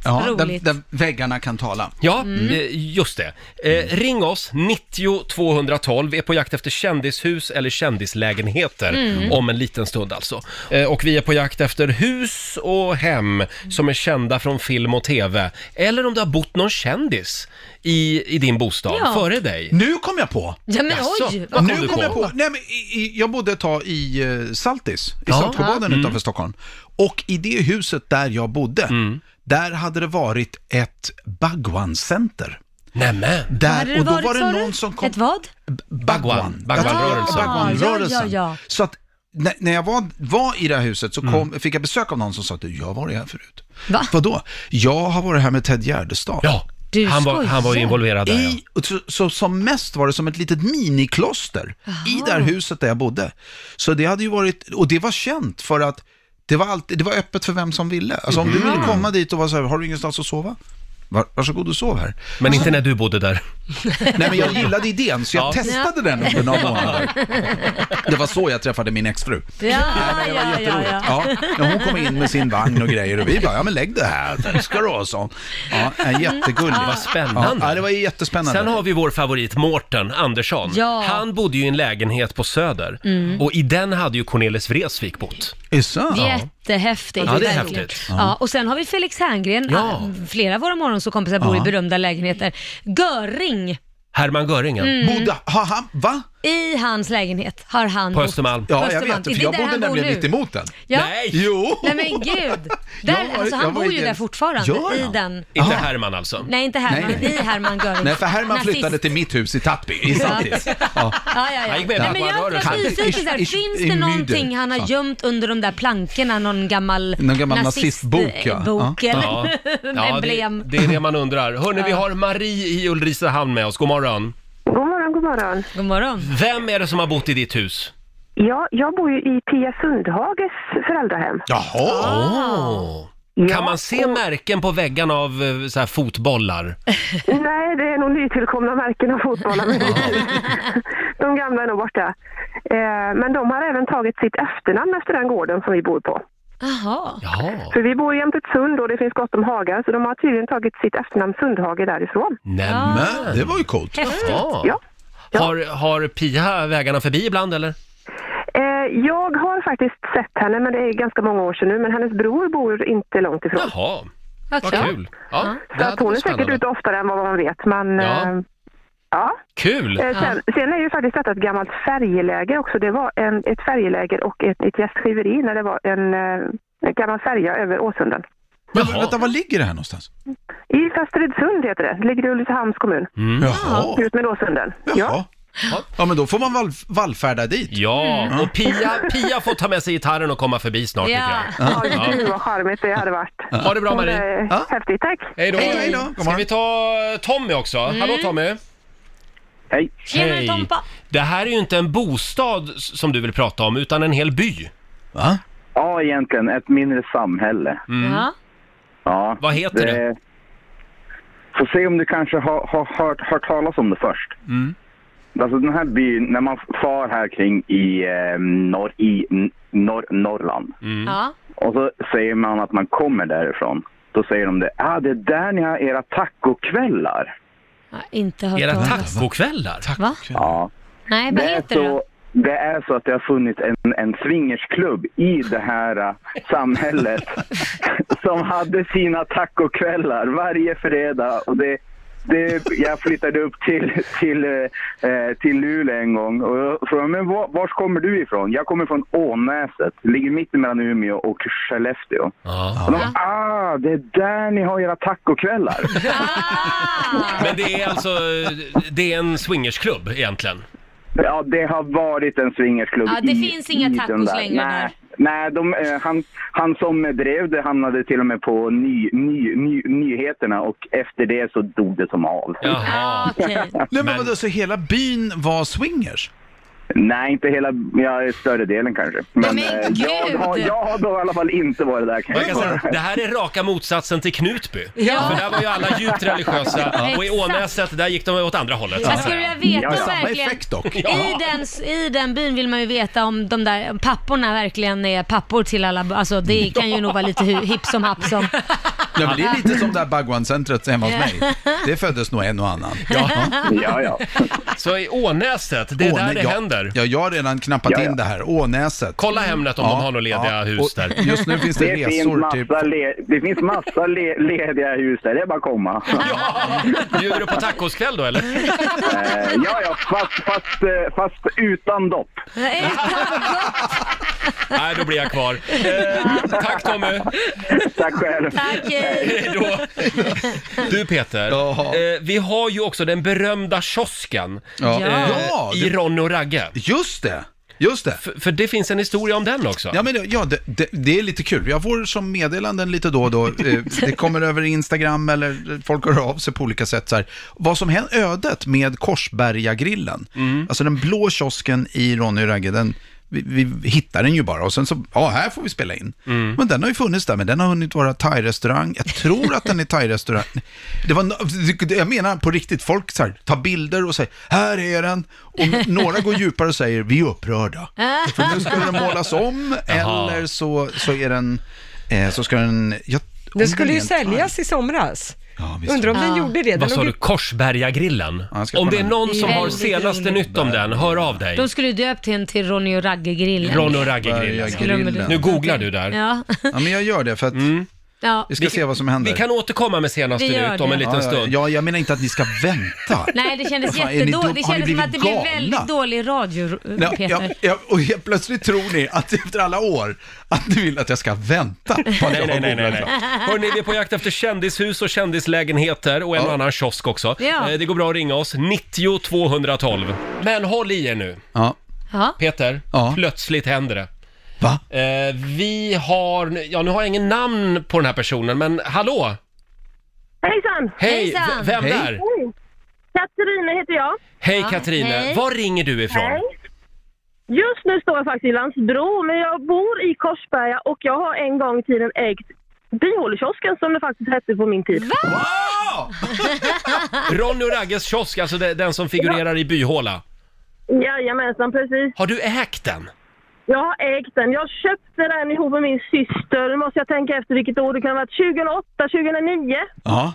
S3: annat roligt.
S1: där väggarna kan tala. Ja,
S3: Mm.
S1: eh, just det.
S10: Mm.
S1: Eh, ring oss, 90 212. Vi är på jakt efter kändishus eller kändislägenheter
S5: Mm.
S1: om en liten stund alltså. Eh, och vi är på jakt efter hus och hem som är kända från film och tv. Eller om du har bott någon kändis i, i din bostad
S3: Ja.
S1: före dig.
S10: Nu kom jag på!
S3: Ja, men
S1: Jaså,
S3: oj, vad
S1: vad
S10: nu
S1: kom du
S10: kom
S1: på?
S10: jag på, nej men i, i, jag bodde ett tag i eh, Saltis, i
S1: Ja.
S10: Saltsjöbaden
S1: Ja. Mm.
S10: utanför Stockholm. Och i det huset där jag bodde,
S1: Mm.
S10: där hade det varit ett Bagwan-center.
S1: Nämen!
S3: Vad
S10: Där,
S3: hade det
S10: och då
S3: varit,
S10: var
S3: sa
S10: det
S3: du?
S10: någon som kom...
S3: Ett vad?
S10: Bagwan. Ja,
S1: Bagwan-rörelsen.
S3: Ja,
S10: Bagwan-rörelsen.
S3: ja, ja.
S10: Så att när, när jag var, var i det här huset så kom, fick jag besök av någon som sa att jag har varit här förut.
S3: Va?
S10: Vadå? Jag har varit här med Ted Gärdestad.
S1: Ja,
S5: Du han var- han var ju skojar. involverad där,
S10: I, och så, så, som mest var det som ett litet minikloster i det här huset där jag bodde. Så det hade ju varit, och det var känt för att det var, alltid, det var öppet för vem som ville. Alltså om du
S1: Mhm.
S10: ville komma dit och vara så här, har du ingenstans att sova? Var, varsågod och sov här.
S1: Men inte när du bodde där.
S10: Nej men jag gillade idén så jag
S1: Ja.
S10: testade den under några månader. Det var så jag träffade min exfru.
S3: Ja,
S10: det
S3: ja,
S10: var
S3: ja,
S10: jätteroligt.
S3: ja.
S10: Ja, när hon kom in med sin vagn och grejer och vi bara, ja men lägg det här, där ska du ha sån. Ja, en jättegullig.
S1: Vad spännande.
S10: Ja, det var jättespännande.
S1: Sen har vi vår favorit Mårten Andersson.
S10: Ja.
S1: Han bodde ju i en lägenhet på Söder
S3: Mm.
S1: och i den hade ju Cornelis Vreeswijk bott.
S3: Jättehäftigt.
S1: Ja, det är
S3: verkligen.
S1: häftigt.
S3: Ja, och sen har vi Felix Herngren.
S1: Ja.
S3: Ah, Flera av våra morgonsåkompisar bor i
S1: Ja.
S3: berömda lägenheter. Göring,
S1: Hermann Göringen.
S3: Mm. Bodde-
S10: har han, va?
S3: i hans lägenhet har han
S1: På
S3: bott.
S1: Östermalm.
S3: På Östermalm. Är det där han bor nu?
S10: den.
S3: Ja.
S1: Nej!
S10: Jo!
S3: Nej men gud. Där,
S10: Jag var-
S3: alltså, han
S10: jag var
S3: bor
S10: i
S3: ju
S10: den-
S3: där fortfarande,
S10: Gör
S3: i
S10: han?
S3: den.
S1: Inte Herman alltså?
S3: Nej, inte Herman.
S10: Nej, nej.
S3: I Herman Göring.
S10: Nej, för Herman
S3: Nazist.
S10: flyttade till mitt hus i Tappi, i Saltis. Ja.
S3: Ja, ja, ja.
S10: Han gick med i
S3: Nej, men jag är
S10: Bagua-rörelsen.
S3: nyfiken så här,
S10: I- i-
S3: finns
S10: i
S3: det någonting
S10: Myder,
S3: han har
S10: sa.
S3: gömt under de där plankorna, någon gammal,
S1: Någon gammal nazistbok,
S3: nazistbok
S1: ja. Ja.
S3: eller
S1: Ja. Ja, det,
S3: emblem?
S1: det är det man undrar. Hörni, vi
S3: Ja.
S1: har Marie i Ulricehamn med oss. God morgon.
S7: God morgon, god morgon.
S3: God morgon.
S1: Vem är det som har bott i ditt hus?
S7: Ja, jag bor ju i Pia Sundhages föräldrahem.
S1: Jaha!
S3: Ah.
S7: Ja,
S1: Kan man se märken på väggen av eh, så här, fotbollar?
S7: Nej, det är nog nytillkomna märken av fotbollen. de gamla är nog borta. Eh, Men de har även tagit sitt efternamn efter den gården som vi bor på.
S3: Jaha.
S7: För vi bor jämte ett sund och det finns gott om hagar, så de har tydligen tagit sitt efternamn Sundhage därifrån.
S1: Mm. Nämen!
S10: Det var ju coolt.
S7: Häftigt.
S1: Ah. Ja.
S7: Ja.
S1: Har, har Pia vägarna förbi ibland eller?
S7: Eh, Jag har faktiskt sett henne, men det är ganska många år sedan nu, men hennes bror bor inte långt ifrån.
S1: Jaha,
S7: Vad
S1: vad
S7: kul.
S1: kul. Ja, det
S7: Så
S1: hade
S7: att hon är
S1: varit
S7: säkert
S1: spännande.
S7: ute oftare än vad man vet, men
S1: Ja.
S7: eh, ja.
S1: Kul!
S7: Eh, Sen, sen är ju faktiskt detta ett gammalt färjeläger också. Det var en, ett färjeläger och ett, ett gästgiveri när det var en, eh, en gammal färja över Åsunden.
S10: Men vänta, var ligger det här någonstans?
S7: I Fästevidsund heter det. Det ligger i Ulricehamns kommun.
S10: Mm. Jaha.
S7: Ut med Åsunden. Ja.
S10: Ja, men då får man val- vallfärda dit.
S1: Ja,
S10: Mm.
S1: och Pia, Pia får ta med sig gitarren och komma förbi snart
S7: Ja.
S1: tycker jag.
S7: Ja, gud vad charmigt det hade varit.
S1: Ja. Ha det bra,
S7: Så
S1: Marie.
S7: är
S1: Ja.
S7: Häftigt, tack.
S1: Hej då! Ska vi ta eh, Tommy också? Hallå Tommy! Hej!
S7: Mm. Tjena, Tompa.
S1: Det här är ju inte en bostad s- som du vill prata om, utan en hel by.
S10: Va?
S12: Ja, egentligen. Ett mindre samhälle.
S3: Ja.
S12: Ja.
S1: Mm. Vad heter det?
S12: Får se om du kanske har, har hört, hört talas om det först.
S1: Mm.
S12: Alltså den här byn, när man far här kring i, eh, norr, i n- norr, Norrland
S3: Ja.
S12: och så säger man att man kommer därifrån. Då säger de det. Ah, det är där ni har era tacokvällar.
S3: Ja, Inte hört
S1: Era
S3: talas.
S1: tacokvällar?
S3: Va?
S12: Ja.
S3: Nej, vad
S12: är
S3: heter det
S12: så-
S3: då?
S12: det är så att det har funnits en, en swingersklubb i det här eh, samhället som hade sina tacokvällar varje fredag. Och det, det, jag flyttade upp till, till, eh, eh, till Luleå en gång och jag frågade men var, var kommer du ifrån? Jag kommer från Ånäset, det ligger mitt mellan Umeå och Skellefteå. Och de, ah, det är där ni har era tacokvällar.
S7: Ah.
S1: Men det är alltså, eh, det är en swingersklubb egentligen.
S12: Ja, det har varit en swingersklubb
S1: Ja, det
S12: i,
S1: finns inga
S12: i den
S1: tacos
S12: där.
S1: längre
S12: Nej,
S1: där.
S12: nej de, eh, han, han som drev det hamnade till och med på ny, ny, ny, nyheterna och efter det så dog det som av.
S1: Jaha.
S10: Nej, men, vadå, så hela byn var swingers?
S12: Nej, inte hela, ja, större delen kanske. Men, eh, jag,
S1: gud!
S12: har, jag har då i alla fall inte varit där.
S1: Och jag kan säga, det här är raka motsatsen till Knutby.
S12: Ja.
S1: För där var ju alla djupt religiösa
S3: Ja.
S1: och i Ånäset där gick de åt andra hållet.
S3: Jag skulle vilja veta verkligen. I,
S1: Ja.
S3: den, I den byn vill man ju veta om de där papporna verkligen är pappor till alla. Alltså det kan ju nog vara lite hu- hipp som happ som.
S10: Ja, men det är lite som det här Bagwan-centret hemma hos
S3: Ja.
S10: mig. Det föddes nog en och annan.
S1: Ja.
S12: Ja, ja.
S1: Så i Ånäset, det är där det
S10: ja,
S1: händer.
S10: Ja, jag har redan knappat
S1: Ja, ja.
S10: in det här. Ånäset.
S1: Kolla Hemnet om de har några lediga
S10: ja.
S1: hus
S10: Och
S1: där.
S10: Just nu finns det, resor typ. till...
S12: finns massa, le, det finns massa le, lediga hus där, det är bara att komma.
S1: Bjuder du på tacoskväll då eller?
S12: Eh, ja, ja, fast, fast, eh, fast utan dopp.
S3: Eh,
S1: Nej, då blir jag kvar. Eh, tack Tommy!
S12: Tack själv!
S3: Tack!
S1: Hej då. Du Peter, eh, vi har ju också den berömda kiosken
S10: Ja.
S1: eh,
S10: Ja,
S1: i
S10: det-
S1: Ronny och Ragge.
S10: Just det! Just det.
S1: För, det finns en historia om den också.
S10: Ja, men det, ja, det, det, det är lite kul. Jag får som meddelanden lite då och då. eh, Det kommer över Instagram eller folk hör av sig på olika sätt. Så här. Vad som händer ödet med Korsbergagrillen,
S1: Mm.
S8: Mm.
S10: alltså den blå kiosken i Ronny och Ragge, den, vi, vi hittar den ju bara och sen så, ja här får vi spela in.
S1: Mm.
S8: Mm.
S10: Men den har ju funnits där, men den har hunnit vara thai-restaurang. Jag tror att den är thai-restaurang. Det var, no- jag menar på riktigt, folk så här, tar bilder och säger, här är den. Och n- några går djupare och säger, vi är upprörda. För nu ska den målas om,
S2: Jaha.
S10: eller så, så är den, eh, så ska den, jag, om
S2: Den skulle
S10: den
S2: ju
S10: är en
S2: säljas i somras.
S10: visst.
S2: Undrar om den gjorde det. Den
S1: Vad sa
S2: låg
S1: du?
S2: ju-
S1: Korsbergagrillen?
S10: ska
S1: Om det
S10: kolla
S1: är
S10: nu.
S1: någon som har
S3: Väldigt
S1: senaste nytt om den, hör av dig.
S3: De skulle ju döpt henne till Ronny och Ragge-grillen.
S1: Ronny och Ragge-grillen.
S3: Grillen.
S1: Nu googlar du där.
S3: Ja.
S10: men jag gör det för att
S3: Ja.
S10: Vi ska se vad som händer.
S1: Vi kan återkomma med senaste
S3: Vi gör
S1: nytt om
S3: det.
S1: en liten
S10: Ja, ja,
S1: stund.
S10: Ja, jag menar inte att ni ska vänta.
S3: Nej, det kändes
S10: Fan, är ni dum-
S3: jättedåligt. Det
S10: har
S3: kändes som
S10: ni blivit
S3: att det blev
S10: galna?
S3: väldigt dålig radio, eh,
S10: Ja,
S3: Peter.
S10: ja, ja, och helt plötsligt tror ni att efter alla år, att ni vill att jag ska vänta på att
S1: Nej,
S10: jag
S1: nej,
S10: har
S1: nej, nej.
S10: googlat
S1: nej.
S10: klart.
S1: Hörrni, vi är på jakt efter kändishus och kändislägenheter och en och annan kiosk också.
S3: Ja.
S1: Eh, Det går bra att ringa oss, 90 212. Men håll i er nu.
S10: Ja.
S3: Ja.
S1: Peter, plötsligt händer det.
S10: Va?
S1: Eh, vi har, ja nu har jag ingen namn på den här personen, men hallå!
S13: Hejsan!
S1: Hej, Hejsan! v- vem Hej. där?
S13: Hej. Katarina heter jag.
S1: Hej Katrine, var ringer du ifrån?
S13: Hej. Just nu står jag faktiskt i Landsbro, men jag bor i Korsberga och jag har en gång i tiden ägt bihålekiosken som det faktiskt hette på min tid.
S1: Ronny och Ragges kiosk, alltså de- den som figurerar i byhåla.
S13: Jajamensan, precis.
S1: Har du ägt den?
S13: Jag har ägt den. Jag köpte den ihop med min syster. Nu måste jag tänka efter vilket år det kan ha varit. 2008, 2009.
S10: Ja.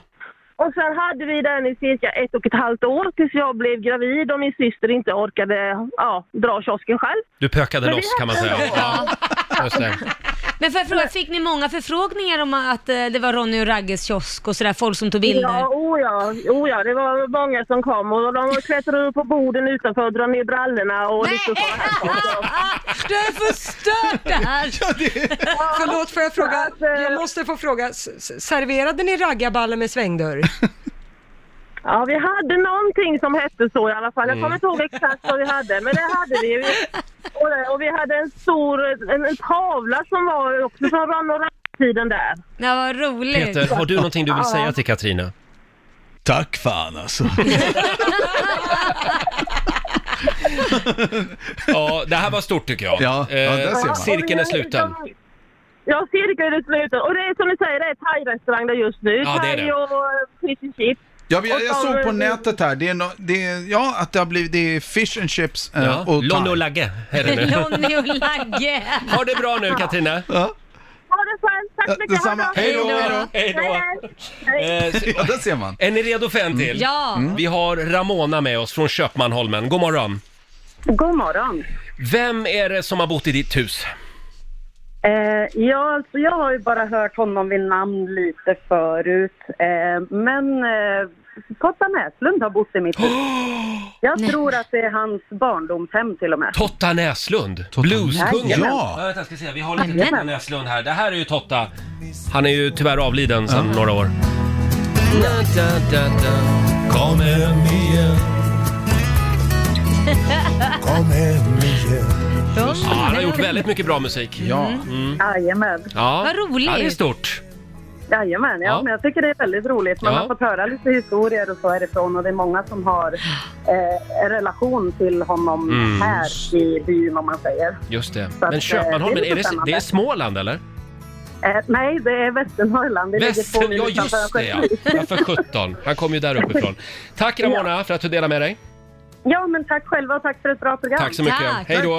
S13: Och sen hade vi den i cirka ett och ett halvt år tills jag blev gravid och min syster inte orkade ja, dra kiosken själv.
S1: Du pökade
S13: Men det
S1: loss kan man
S13: hände
S1: säga.
S13: ändå.
S1: Ja, just det.
S3: Men får jag fråga, fick ni många förfrågningar om att eh, det var Ronny och Ragges kiosk och sådär, folk som tog bilder?
S13: Ja, oh ja, oh ja, det var många som kom och de klättrade upp på borden utanför och drog ner brallorna och lite sådana här saker.
S2: Du har förstört det här! Förlåt, får jag fråga? Jag måste få fråga, s- s- serverade ni raggarballen med svängdörr?
S13: Ja, vi hade någonting som hette så i alla fall. Jag
S2: Mm.
S13: kommer inte ihåg exakt vad vi hade, men det hade vi. vi och, och vi hade en stor en, en tavla som var också från Ron och tiden där.
S3: Ja, vad roligt.
S1: Peter, har du någonting du vill
S13: Ja.
S1: säga till Katrine?
S10: Tack fan alltså.
S1: Ja, det här var stort tycker jag. Ja,
S13: där ser man.
S1: Eh, Cirkeln är sluten.
S13: Ja, cirkeln är sluten. Och det är som ni säger, det är thai-restaurang där just nu.
S10: Ja, det är
S13: thai
S10: det.
S13: och eh, fish and chips.
S10: Ja, men jag,
S13: Och
S10: jag
S13: så-
S10: såg på nätet här, det är, no, det är, ja, att det har blivit, det är fish and chips eh,
S1: Ja,
S10: och
S1: Lonny
S10: thai.
S1: och Lagge är det nu.
S3: Lonny och Lagge.
S1: Ha det bra nu Katrine.
S13: Ha det skönt, tack så mycket.
S10: detsamma.
S13: Ha det.
S1: Hej då. Hej då. Eh,
S13: Hej.
S10: Ja, där ser man.
S1: Är ni redo för en till?
S13: Ja. Mm.
S1: Vi har Ramona med oss från Köpmanholmen. God morgon.
S13: God morgon.
S1: Vem är det som har bott i ditt hus?
S14: Eh, ja, alltså jag har ju bara hört honom vid namn lite förut. Eh, men eh, Kotta Näslund har bott i mitt hus. Jag tror att det är hans barndomshem till och med.
S1: Totta Näslund, blueskungen.
S14: Jajamän.
S1: ja vänta, jag ska se. Vi har lite Totta Näslund här. Det här är ju Totta. Han är ju tyvärr avliden sedan några år. Kom hem igen.
S4: Kom hem igen.
S1: Ja, han har gjort väldigt mycket bra musik. Ja. Mm.
S14: Jajamän.
S1: ja.
S14: Vad roligt.
S1: Ja, det är stort.
S14: Jajamän, ja,
S1: Ja.
S14: men jag tycker det är väldigt roligt. Man
S1: Ja.
S14: har fått höra lite historier och så härifrån och det är många som har eh, en relation till honom
S1: Mm.
S14: här i byn om man säger.
S1: Just det.
S14: Så att,
S1: Men
S14: eh,
S1: Köpmanholmen,
S14: det är
S1: är det,
S14: lite
S1: det är Småland eller?
S14: Eh, nej, det är Västernorrland. Det
S1: Väster...
S14: ligger två mil
S1: Ja,
S14: utanför
S1: just det ja.
S14: Örnsköldsvik.
S1: ja. För 17. Han kom ju där uppifrån. Tack Ramona för att du delade med dig.
S14: Ja, men tack själva och tack för ett bra program.
S1: Tack så mycket. Hej då.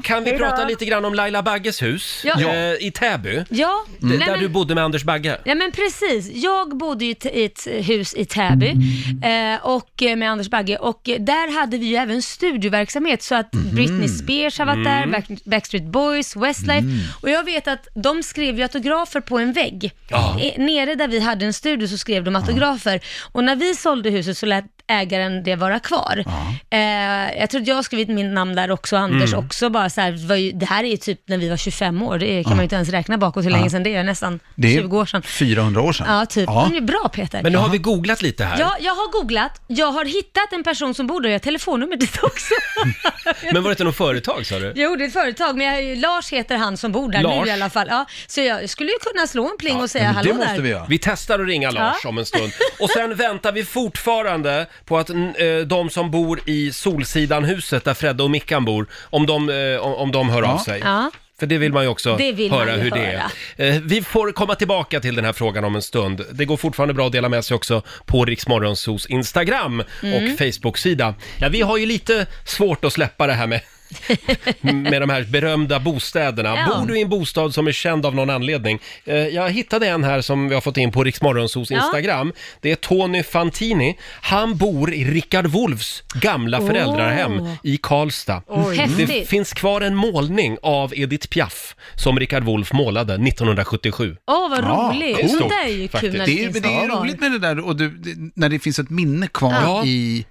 S1: Kan vi
S14: Hej då.
S1: prata lite grann om Laila Bagges hus
S3: Ja. Ja.
S1: eh, i Täby?
S3: Ja,
S1: D-
S3: nej,
S1: Mm. Där
S3: men-
S1: du bodde med Anders Bagge.
S3: Ja men precis, jag bodde ju t- i ett hus i Täby eh, och eh, med Anders Bagge och eh, där hade vi ju även studioverksamhet så att
S10: Mhm.
S3: Britney Spears har varit
S5: Mm.
S3: där, Back- Backstreet Boys, Westlife
S10: Mm.
S3: och jag vet att de skrev ju autografer på en vägg.
S5: Ja.
S3: Eh, Nere där vi hade en studio så skrev de autografer och när vi sålde huset så lät ägaren det vara kvar. Eh, jag tror att jag har skrivit mitt namn där också, och Anders
S5: Mm.
S3: också bara så här, det var ju- det här är ju typ när vi var 25 år, det kan
S10: Ja.
S3: man ju inte ens räkna bakåt hur
S10: Ja.
S3: länge sedan det är, nästan
S10: Det är
S3: 20 år sedan.
S10: 400 år sedan.
S3: Ja, typ. Men det är bra Peter.
S1: Men nu har vi googlat lite här.
S3: Ja, jag har googlat, jag har hittat en person som bor där, jag har telefonnumret dit också.
S1: Men var det inte något företag sa du?
S3: Jo, det är ett företag, men jag, Lars heter han som bor där
S1: Lars.
S3: nu i alla fall. Ja, så jag skulle ju kunna slå en pling och säga
S1: men
S3: hallå där.
S1: Vi testar att ringa Lars
S3: Ja.
S1: om en stund. Och sen väntar vi fortfarande på att mm, eh, de som bor i Solsidanhuset där Fredde och Mickan bor, om de, eh, om- om de hör av sig.
S3: Ja.
S1: För det vill man ju också
S3: Det vill
S1: höra
S3: man ju
S1: hur
S3: höra.
S1: det är. Eh, Vi får komma tillbaka till den här frågan om en stund. Det går fortfarande bra att dela med sig också på Riksmorgonsos Instagram
S5: Mm.
S1: och Facebook-sida. Ja, vi har ju lite svårt att släppa det här med med de här berömda bostäderna.
S5: Ja.
S1: Bor du i en bostad som är känd av någon anledning? Eh, Jag hittade en här som vi har fått in på Riksmorgonsos
S5: Ja.
S1: Instagram. Det är Tony Fantini. Han bor i Rickard Wolfs gamla
S5: Åh.
S1: föräldrahem i Karlstad.
S5: Oj.
S1: Det
S5: Häftigt.
S1: finns kvar en målning av Edith Piaf som Rickard Wolff målade 1977.
S3: Åh, vad
S10: Ja,
S3: roligt.
S10: Ah, coolt,
S3: det där är ju kul
S10: faktiskt.
S3: när
S10: det är,
S3: finns
S10: det är
S3: kvar.
S10: roligt med det där och du, det, när det finns ett minne kvar
S3: Ja.
S10: i, i,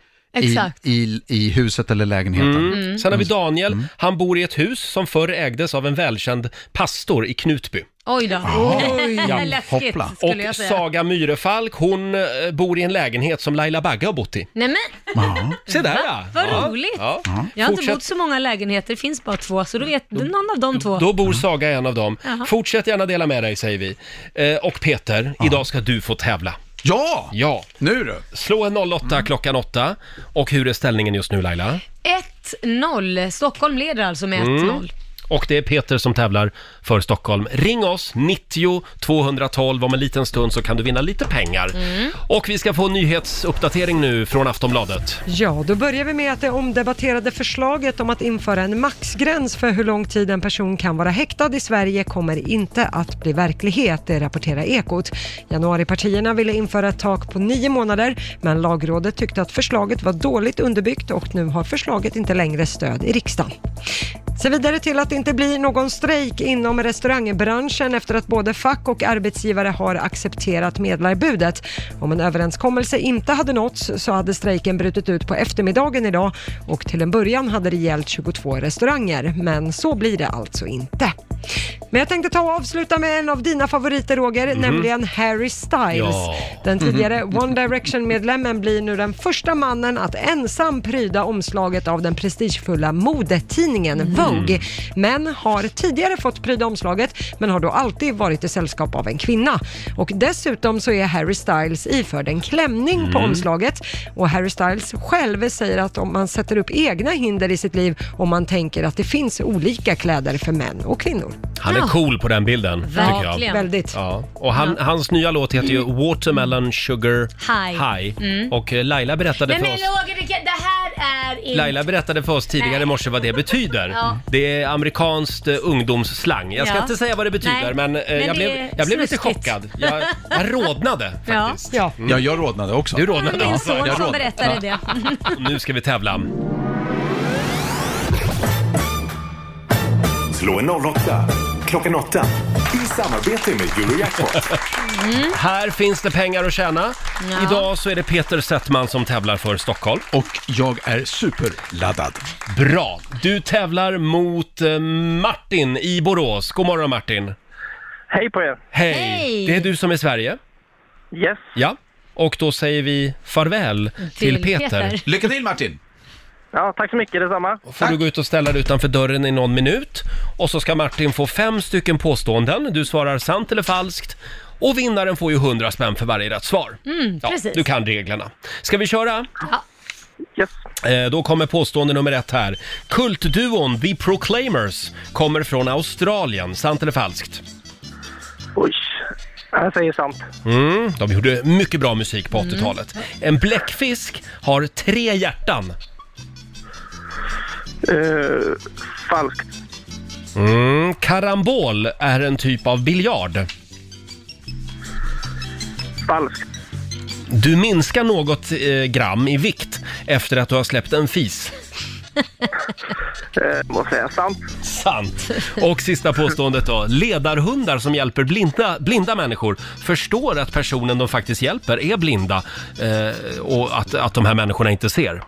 S3: Exakt.
S10: i, i huset eller lägenheten.
S1: Mm. Sen har vi Daniel.
S10: Mm.
S1: Han bor i ett hus som förr ägdes av en välkänd pastor i Knutby.
S3: Oj då.
S10: Ah.
S1: Ja.
S3: Läskigt skulle jag
S1: Och
S3: säga.
S1: Saga Myrefalk, hon eh, bor i en lägenhet som Laila Bagge har bott i.
S3: Nej men,
S1: Se där
S3: Va?
S1: ja!
S3: Vad
S1: ja.
S3: roligt.
S1: Ja.
S3: jag har inte
S1: Fortsätt-
S3: bott så många lägenheter, det finns bara två, så då vet du någon av de två.
S1: Då bor Saga i en av dem.
S3: Mm. Jaha.
S1: Fortsätt gärna dela med dig säger vi. Eh, och Peter, idag ska du få tävla.
S10: Ja!
S1: Ja!
S10: Nu Mm. du!
S1: Slå en 08 klockan 8. Och hur är ställningen just nu Laila?
S3: 1-0, Stockholm leder alltså med 1-0.
S1: Mm. Och det är Peter som tävlar för Stockholm. Ring oss, 90 212. Om en liten stund så kan du vinna lite pengar.
S3: Mm.
S2: Mm.
S1: Och vi ska få en nyhetsuppdatering nu från Aftonbladet.
S2: Ja, då börjar vi med att det omdebatterade förslaget om att införa en maxgräns för hur lång tid en person kan vara häktad i Sverige kommer inte att bli verklighet, det rapporterar Ekot. Januaripartierna ville införa ett tak på nio månader, men lagrådet tyckte att förslaget var dåligt underbyggt och nu har förslaget inte längre stöd i riksdagen. Se vidare till att det inte blir någon strejk inom restaurangbranschen efter att både fack och arbetsgivare har accepterat medlarbudet. Om en överenskommelse inte hade nåtts så hade strejken brutit ut på eftermiddagen idag och till en början hade det gällt 22 restauranger. Men så blir det alltså inte. Men jag tänkte ta och avsluta med en av dina favoriter Roger,
S5: Mhm.
S2: nämligen Harry Styles.
S5: Ja.
S2: Den tidigare
S5: Mhm.
S2: One Direction-medlemmen blir nu den första mannen att ensam pryda omslaget av den prestigefulla modetidningen
S1: Mm.
S2: Vogue. Men har tidigare fått pryda omslaget, men har då alltid varit i sällskap av en kvinna. Och dessutom så är Harry Styles iförd en klänning på
S5: Mm.
S2: omslaget. Och Harry Styles själv säger att om man sätter upp egna hinder i sitt liv om man tänker att det finns olika kläder för män och kvinnor.
S1: Han är cool på den bilden, tycker jag.
S2: Verkligen. Väldigt.
S1: Ja. Och han, hans nya låt heter ju Watermelon Sugar
S3: Mm. High.
S1: High.
S3: Mm.
S1: Och eh, Laila berättade
S3: Nej
S1: för
S3: men
S1: oss
S3: Roger, det kan- det här är inte...
S1: Laila berättade för oss tidigare i morse vad det betyder.
S3: Ja.
S1: Det är amerikanskt eh, ungdomsslang. Jag ska
S3: Ja.
S1: inte säga vad det betyder,
S3: Nej,
S1: men, eh,
S3: men
S1: jag,
S3: det
S1: blev,
S3: är
S1: jag blev lite
S3: snuskigt.
S1: chockad. Jag, jag rodnade.
S3: Ja. ja.
S1: Mm. Ja, jag rodnade också. Du rodnade
S3: Min
S1: också.
S3: son
S1: Jag
S3: som
S1: rodnade.
S3: berättade det.
S1: Och Nu ska vi tävla.
S15: Slå en 08 klockan 8 i samarbete med Eurojackpot.
S1: Här finns det pengar att tjäna.
S3: Ja.
S1: Idag så är det Peter Settman som tävlar för Stockholm.
S10: Och jag är superladdad.
S1: Bra! Du tävlar mot eh, Martin i Borås. God morgon Martin!
S16: Hej på er!
S1: Hej!
S16: Hej.
S1: Det är du som är Sverige.
S16: Yes.
S1: Ja, och då säger vi farväl till,
S16: Till
S1: Peter.
S16: Peter.
S10: Lycka till Martin!
S16: Ja, tack så mycket, detsamma.
S1: får du gå ut och ställa dig utanför dörren i någon minut. Och så ska Martin få fem stycken påståenden. Du svarar sant eller falskt. Och vinnaren får ju 100 spänn för varje rätt svar.
S3: Mm, precis.
S1: Du kan reglerna. Ska vi köra?
S3: Ja.
S1: Eh, då kommer påstående nummer ett här. Kultduon The Proclaimers kommer från Australien. Sant eller falskt?
S16: Oj, jag säger sant.
S1: Mm, de gjorde mycket bra musik
S3: Mm.
S1: på 80-talet. En bläckfisk har tre hjärtan.
S16: Eh, falskt.
S1: Mm, karambol är en typ av biljard.
S16: Falskt.
S1: Du minskar något eh, gram i vikt efter att du har släppt en fis.
S16: Eh, måste säga sant.
S1: Sant. Och sista påståendet då. Ledarhundar som hjälper blinda, blinda människor förstår att personen de faktiskt hjälper är blinda eh, och att, att de här människorna inte ser.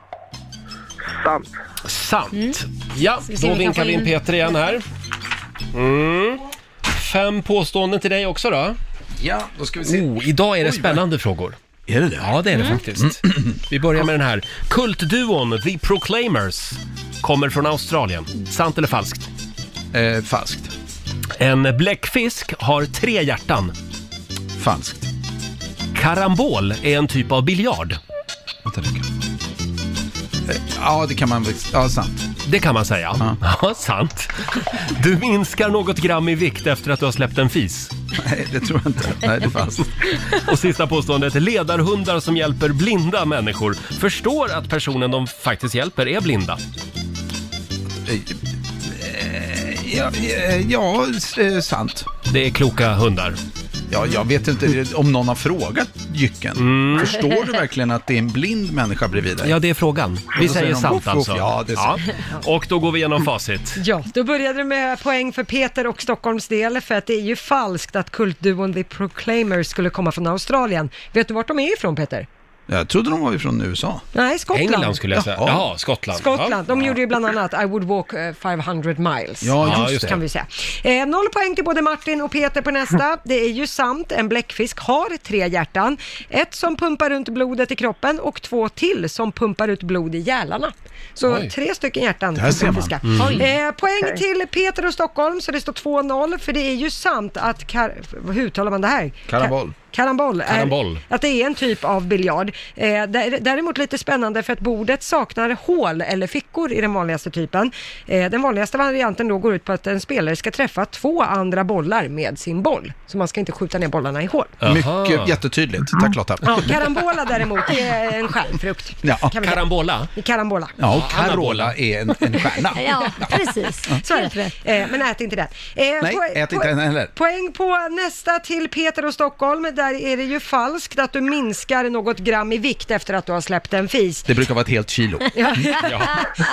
S16: Sant.
S1: Sant. Ja,
S16: Mm. Ska vi se
S1: då
S16: om vi kan
S1: vinkar
S16: få
S1: vi in
S16: in-
S1: Peter igen här. Mm. Fem påståenden till dig också då.
S10: Ja, då ska vi se.
S1: Oh, idag är det spännande frågor.
S10: Är det Mm. det?
S1: Ja, det är det faktiskt. Vi börjar med den här. Kultduon The Proclaimers kommer från Australien. Sant eller falskt?
S10: Eh, falskt.
S1: En bläckfisk har tre hjärtan.
S10: Falskt.
S1: Karambol är en typ av biljard.
S10: Eh, Ja, det kan man väl... Ja, sant.
S1: Det kan man säga. Ja, sant. Du minskar något gram i vikt efter att du har släppt en fis.
S10: Nej, det tror jag inte. Nej, det är falskt.
S1: Och sista påståendet. Ledarhundar som hjälper blinda människor förstår att personen de faktiskt hjälper är blinda.
S10: Eh, Ja, eh, ja eh, sant.
S1: Det är kloka hundar.
S10: Ja, jag vet inte om någon har frågat jycken. Förstår du verkligen att det är en blind människa bredvid dig?
S1: Mm. Ja, det är frågan. Vi
S10: Då säger
S1: säger
S10: de,
S1: sant
S10: "Voff, voff."
S1: alltså.
S10: Ja, det är sant.
S1: Och då går vi igenom facit.
S2: Ja, då började det med poäng för Peter och Stockholms del, för att det är ju falskt att kultduon The Proclaimers skulle komma från Australien. Vet du vart de är ifrån Peter?
S10: Jag trodde de var ifrån USA.
S2: Nej, Skottland.
S1: England skulle jag säga. Jaha, Skottland.
S2: Skottland.
S1: Ja.
S2: De gjorde ju bland annat I would walk eh, 500 miles.
S1: Ja, just Ja, just det.
S2: Kan vi säga. Eh, noll poäng till både Martin och Peter på
S17: Mm.
S2: nästa. Det är ju sant, en bläckfisk har tre hjärtan. Ett som pumpar runt blodet i kroppen och två till som pumpar ut blod i gälarna. Så
S17: Oj.
S2: tre stycken hjärtan
S17: Där ser man.
S2: bläckfiskar.
S17: Mm. Oj.
S2: Eh, poäng
S17: Okej.
S2: till Peter och Stockholm, så det står 2-0. För det är ju sant att... Kar- hur uttalar man det här?
S10: Karambol.
S2: Ka- Karambol. är-
S10: Karambol.
S2: att det är en typ av biljard. Eh, dä- däremot lite spännande för att bordet saknar hål eller fickor i den vanligaste typen. Eh, den vanligaste varianten då går ut på att en spelare ska träffa två andra bollar med sin boll. Så man ska inte skjuta ner bollarna i hål.
S10: Mycket, jättetydligt. Tack Lotta.
S2: Ja, karambola däremot det är en stjärnfrukt.
S10: Ja.
S2: Kan vi säga.
S1: Karambola?
S2: Karambola.
S10: Ja, och Carola är en, en stjärna.
S2: Ja, precis. Så är det. Eh, men ät inte den. Eh,
S10: Nej,
S2: poäng-
S10: ät inte
S2: poäng-
S10: den heller.
S2: Poäng på nästa till Peter och Stockholm. Där är det ju falskt att du minskar något gram i vikt efter att du har släppt en fis.
S10: Det brukar vara ett helt kilo.
S2: Ja.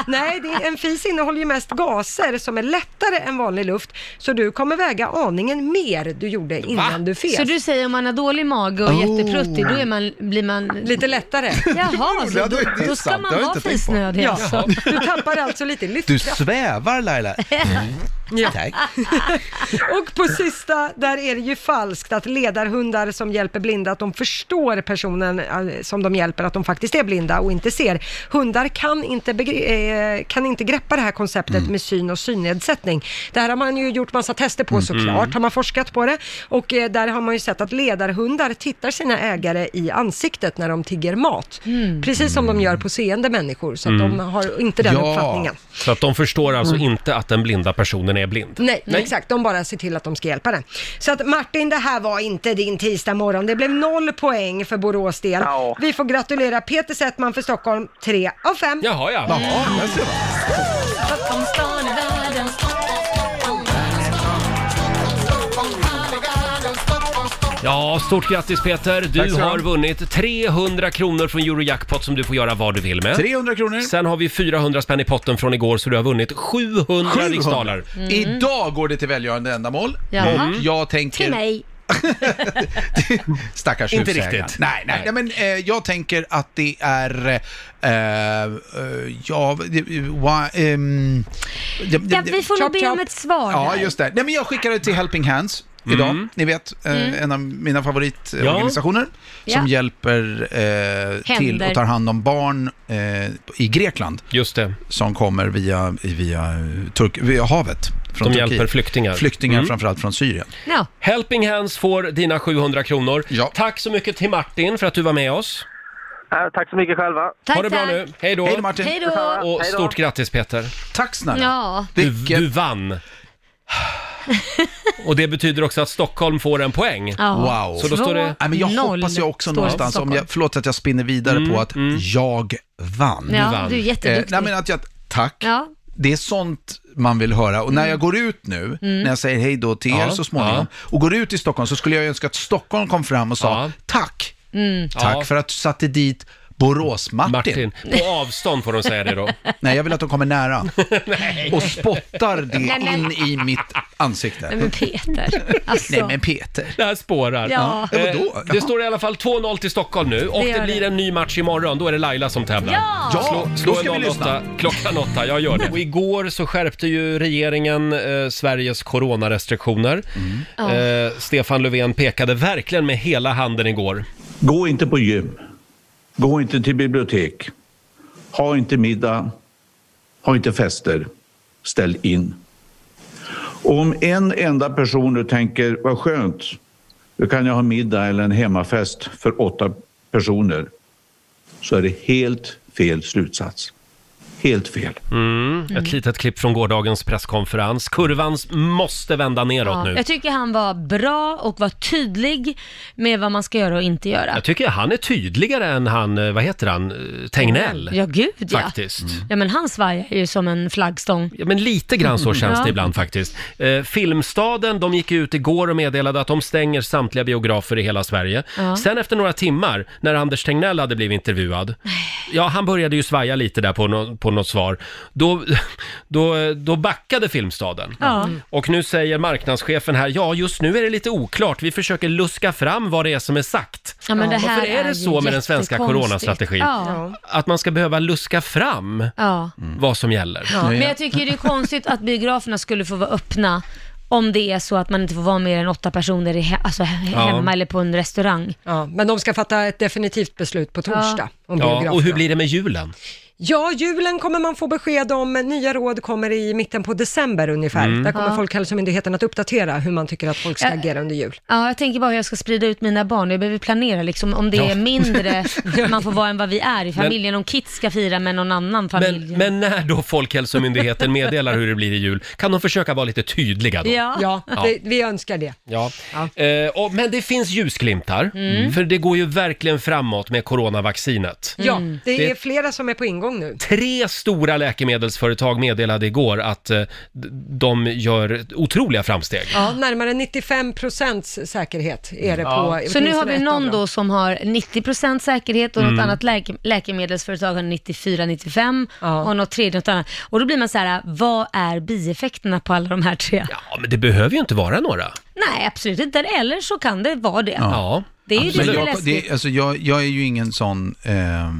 S2: Nej, det är, en fis innehåller ju mest gaser som är lättare än vanlig luft, så du kommer väga aningen mer du gjorde innan du fes.
S3: Så du säger om man har dålig mage och är
S2: Oh.
S3: jättepruttig, då är man, blir man... Lite
S2: lättare.
S3: Jaha, så
S10: Ja,
S3: då,
S10: då är det
S3: då ska
S10: sant.
S3: man
S10: Det har jag
S3: vara
S10: inte tänkt på.
S3: fisnödig
S10: Ja.
S3: alltså.
S2: Du tappar alltså lite
S10: Du
S2: lyftkraft.
S10: svävar Laila.
S2: Ja.
S10: Tack.
S2: Och på sista, där är det ju falskt att ledarhundar som hjälper blinda, att de förstår personen eh, som de hjälper, att de faktiskt är blinda och inte ser. Hundar kan inte, begri- eh, kan inte greppa det här konceptet med syn och synnedsättning. Det här har man ju gjort massa tester på
S17: Mm.
S2: såklart, har man forskat på det. Och eh, där har man ju sett att ledarhundar tittar sina ägare i ansiktet när de tigger mat. Precis som de gör på seende människor, så att
S1: Mm.
S2: de har inte den uppfattningen.
S1: Så att de förstår alltså
S2: Mm.
S1: inte att den blinda personen är blind.
S2: Nej, exakt. De bara ser till att de ska hjälpa den. Så att Martin, det här var inte din tisdag morgon. Det blev noll poäng för Borås del. Vi får gratulera Peter Settman för Stockholm, tre av fem.
S1: Jaha, ja. Jaha,
S10: där ser man.
S1: Ja, stort grattis Peter!
S10: Tack
S1: Du
S10: ska du ha.
S1: har vunnit 300 kronor från Eurojackpot som du får göra vad du vill med.
S10: 300 kronor!
S1: Sen har vi 400 spänn i potten från igår så du har vunnit 700, riksdaler.
S10: Mm. Idag går det till välgörande ändamål.
S1: Jaha.
S10: Och jag tänker...
S3: Till mig.
S10: Stackars
S1: Inte
S10: husägaren.
S1: riktigt.
S10: Nej, nej. nej. men, eh, jag tänker att det är... Eh, eh, ja, det- va, ehm, det- det-
S3: Ja, vi får nog be om ett svar.
S10: Ja,
S3: här.
S10: just det. Nej, men jag skickade till Helping Hands idag.
S1: Mm.
S10: Ni vet, eh,
S3: Mm.
S10: en av mina favoritorganisationer
S3: Ja.
S10: som hjälper eh, till
S3: Händer.
S10: och tar hand om barn eh, i Grekland.
S1: Just det.
S10: Som kommer via, via, Turk, via havet. Från
S1: De
S10: Turkiet.
S1: hjälper flyktingar.
S10: Flyktingar
S1: Mm.
S10: framförallt från Syrien.
S1: Helping Hands får dina 700 kronor. Tack så mycket till Martin för att du var med oss.
S16: tack så mycket själva.
S1: ha det bra nu. Hej då.
S10: Hej då, Martin. Hej då.
S1: Och
S10: Hej då.
S1: stort grattis Peter.
S10: Tack snälla.
S3: Ja.
S1: Du, du vann. Och det betyder också att Stockholm får en poäng.
S3: Ja.
S10: Typ. Wow.
S1: Så då står det...
S10: Nej, men jag hoppas jag också
S1: står det.
S10: någonstans, om jag, förlåt att jag spinner vidare
S1: Mm,
S10: på att jag vann. Eh,
S3: Ja, Du vann. du är jätteduktig.
S10: nej, men att jag, tack.
S3: Ja. Mm.
S10: Det är sånt man vill höra. Och när jag går ut nu, när jag säger hej då till er
S1: Ja,
S10: så småningom, och går ut i Stockholm, så skulle jag önska att Stockholm kom fram och sa tack.
S3: Mm.
S10: Tack för att du satte dit Borås-Martin.
S1: Martin. På avstånd får de säga det då.
S10: Nej, jag vill att de kommer nära. Och spottar
S3: Nej,
S10: det
S3: men-
S10: in i mitt ansikte.
S3: Nej men Peter, alltså.
S10: Nej, men Peter.
S1: Det här spårar.
S3: Ja.
S1: Eh,
S10: Ja, vadå?
S1: Det står i alla fall 2-0 till Stockholm nu och
S3: Det
S1: det,
S3: gör
S1: blir
S3: det.
S1: en ny match imorgon. Då är det Laila som tävlar.
S3: Ja! Ja,
S1: slå,
S10: då
S1: slå
S10: ska vi
S1: en
S10: lyssna.
S1: 08, klockan åtta. Jag gör det. Och igår så skärpte ju regeringen eh, Sveriges coronarestriktioner.
S3: Mm.
S1: Eh, Stefan Löfven pekade verkligen med hela handen igår.
S8: Gå inte på gym. Gå inte till bibliotek. Ha inte middag. Ha inte fester. Ställ in. Och om en enda person nu tänker, vad skönt, nu kan jag ha middag eller en hemmafest för åtta personer, så är det helt fel slutsats. Helt fel.
S1: Mm. Ett litet klipp från gårdagens presskonferens. Kurvan s- måste vända neråt
S3: Ja,
S1: nu.
S3: jag tycker han var bra och var tydlig med vad man ska göra och inte göra.
S1: Jag tycker han är tydligare än han, eh, vad heter han, Eh, Tegnell.
S3: Ja, gud ja.
S1: Faktiskt.
S3: Ja men han svajar ju som en flaggstång.
S1: Ja, men lite grann så känns
S3: Ja.
S1: det ibland faktiskt. Eh, Filmstaden, de gick ut igår och meddelade att de stänger samtliga biografer i hela Sverige.
S3: Ja.
S1: Sen efter några timmar, när Anders Tegnell hade blivit intervjuad, ja han började ju svaja lite där på, nå- på något svar, då, då, då backade Filmstaden.
S3: Ja.
S1: Och nu säger marknadschefen här, ja just nu är det lite oklart, vi försöker luska fram vad det är som är sagt.
S3: Ja, men det här
S1: Varför är
S3: är
S1: det
S3: ju
S1: så med den svenska
S3: jättekonstigt.
S1: coronastrategin?
S3: Ja.
S1: Att man ska behöva luska fram
S3: Ja.
S1: vad som gäller.
S3: ja. Men jag tycker det är konstigt att biograferna skulle få vara öppna om det är så att man inte får vara mer än åtta personer i he- alltså he-
S1: Ja.
S3: hemma eller på en restaurang.
S2: Ja, men de ska fatta ett definitivt beslut på torsdag om
S1: Ja, och hur
S2: biograferna.
S1: blir det med julen?
S2: Ja, julen kommer man få besked om. Nya råd kommer i mitten på december ungefär.
S1: Mm.
S2: Där kommer
S3: Ja.
S2: Folkhälsomyndigheten att uppdatera hur man tycker att folk ska
S3: Ja.
S2: agera under jul.
S3: Ja, jag tänker bara hur jag ska sprida ut mina barn. Jag behöver planera liksom om det
S1: Ja.
S3: är mindre man får vara än vad vi är i familjen. om kids ska fira med någon annan familj.
S1: Men, men när då Folkhälsomyndigheten meddelar hur det blir i jul, kan de försöka vara lite tydliga då?
S3: Ja.
S2: Ja,
S1: Ja.
S2: Vi, vi önskar det.
S1: Ja. Eh, och, men det finns ljusglimtar,
S2: Mm.
S1: för det går ju verkligen framåt med coronavaccinet.
S2: Ja,
S3: Mm.
S2: det,
S1: Det-
S2: är flera som är på ingång nu.
S1: Tre stora läkemedelsföretag meddelade igår att eh, d- de gör otroliga framsteg.
S2: Ja, närmare 95 procents säkerhet är det
S1: Ja.
S2: på
S3: Så nu har
S2: åtminstone
S3: vi
S2: ett av
S3: någon
S2: dem.
S3: då som har 90% säkerhet och något
S1: Mm.
S3: annat läke, läkemedelsföretag har 94-95 och något tredje något annat. Och då blir man så här, vad är bieffekterna på alla de här tre?
S1: Ja, men det behöver ju inte vara några.
S3: Nej, absolut inte. Eller så kan det vara det. Det är ju det
S10: Men
S3: som är
S10: jag,
S3: läskigt.
S10: det, alltså, jag, jag är ju ingen sån... Eh,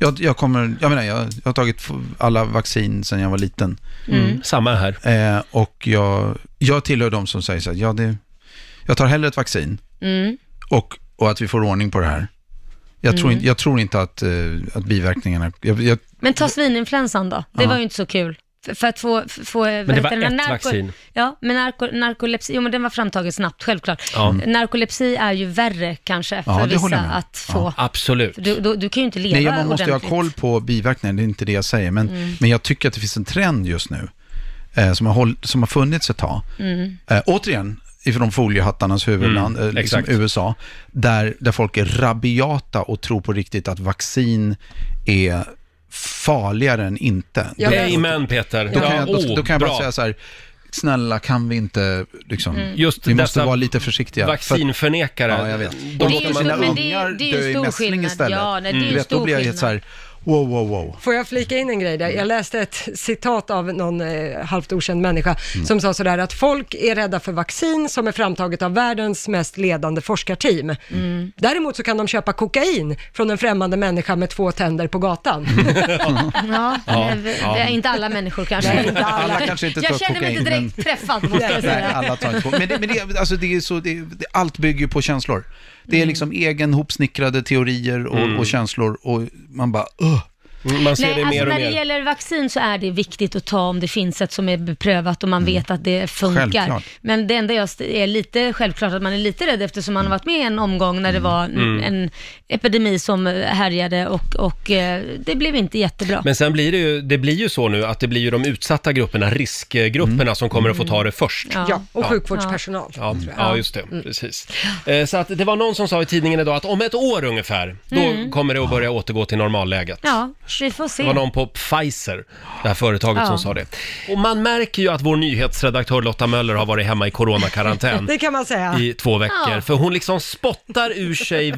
S10: jag, jag, kommer, jag, menar, jag, jag har tagit f- alla vaccin sedan jag var liten.
S1: Mm. Samma här.
S10: Eh, och jag, jag tillhör de som säger så här, ja, det, jag tar hellre ett vaccin
S3: Mm.
S10: och, och att vi får ordning på det här. Jag, tror,
S3: Mm.
S10: in, jag tror inte att, eh, att biverkningarna... Jag, jag,
S3: Men ta svininfluensan då. Det
S10: Ja.
S3: var ju inte så kul. För, för att få... f- få men
S10: det var ett vaccin.
S3: Ja, men narko, narkolepsi, jo men den var framtagen snabbt, självklart.
S1: Ja.
S10: Mm.
S3: Narkolepsi är ju värre kanske för
S10: Ja, det håller
S3: vissa
S10: jag med om.
S3: att få.
S1: Absolut.
S3: För Du, du, du kan ju inte leva
S10: Nej, man måste ju ha
S3: ordentligt.
S10: koll på biverkningar, det är inte det jag säger. Men,
S3: Mm.
S10: men jag tycker att det finns en trend just nu eh, som, har håll, som har funnits ett tag.
S3: Mm.
S10: Eh, återigen, ifrån foliehattarnas huvudland,
S1: Mm,
S10: eh, liksom
S1: exakt.
S10: USA, där, där folk är rabiata och tror på riktigt att vaccin är farligare än inte.
S1: Amen Peter.
S10: Då kan, jag,
S1: oh,
S10: då, då kan jag bara
S1: bra.
S10: säga så här, snälla kan vi inte liksom,
S1: Mm. Just
S10: vi måste
S1: dessa
S10: vara lite försiktiga. För-
S1: vaccinförnekare.
S10: Ja, jag vet.
S1: Det
S10: De
S1: är
S10: låter
S1: ju-
S10: sina
S1: men det är ju-
S10: ungar
S1: det är ju
S10: dö i
S1: stor
S10: mässling
S1: skillnad.
S10: istället.
S1: Ja, nej, det är ju
S10: Du Mm. vet,
S1: stor
S10: Då blir jag
S1: skillnad.
S10: helt så här, wow, wow, wow.
S2: Får jag flika in en grej där? Jag läste ett citat av någon eh, halvt okänd människa
S10: Mm.
S2: som sa sådär att folk är rädda för vaccin som är framtaget av världens mest ledande forskarteam.
S3: Mm.
S2: Däremot så kan de köpa kokain från en främmande människa med två tänder på gatan.
S3: Ja,
S2: Ja,
S3: det är-
S2: ja.
S3: Det är inte alla människor kanske.
S2: Nej,
S10: inte alla. Alla kanske inte tar
S3: jag känner mig inte
S10: kokain,
S3: direkt träffad måste jag
S10: Nej,
S3: säga.
S10: alla tar inte på. Men, det, men det, alltså det är så, det, det, allt bygger ju på känslor. Det är
S3: Mm.
S10: liksom egen hopsnickrade teorier och, och känslor och man bara, Ugh.
S3: Nej, alltså när det gäller vaccin så är det viktigt att ta om det finns ett som är beprövat och man
S1: Mm.
S3: vet att det funkar.
S10: Självklart.
S3: Men det enda jag st- är lite, självklart att man är lite rädd eftersom man har varit med i en omgång när det var en,
S1: Mm.
S3: en epidemi som härjade och, och eh, det blev inte jättebra.
S1: Men sen blir det ju, det blir ju så nu att det blir ju de utsatta grupperna, riskgrupperna,
S10: Mm.
S1: som kommer att få ta det först.
S2: Ja, och sjukvårdspersonal.
S1: Ja, Mm. ja, Mm. just det. Precis. Eh, Så att det var någon som sa i tidningen idag att om ett år ungefär, då
S3: Mm.
S1: kommer det att börja återgå till normalläget.
S3: Ja, vi får se.
S1: Det var någon på Pfizer, det här företaget,
S3: Ja.
S1: som sa det. Och man märker ju att vår nyhetsredaktör Lotta Möller har varit hemma i coronakarantän
S2: Det kan man säga.
S1: i två veckor.
S2: Ja.
S1: För hon liksom spottar ur sig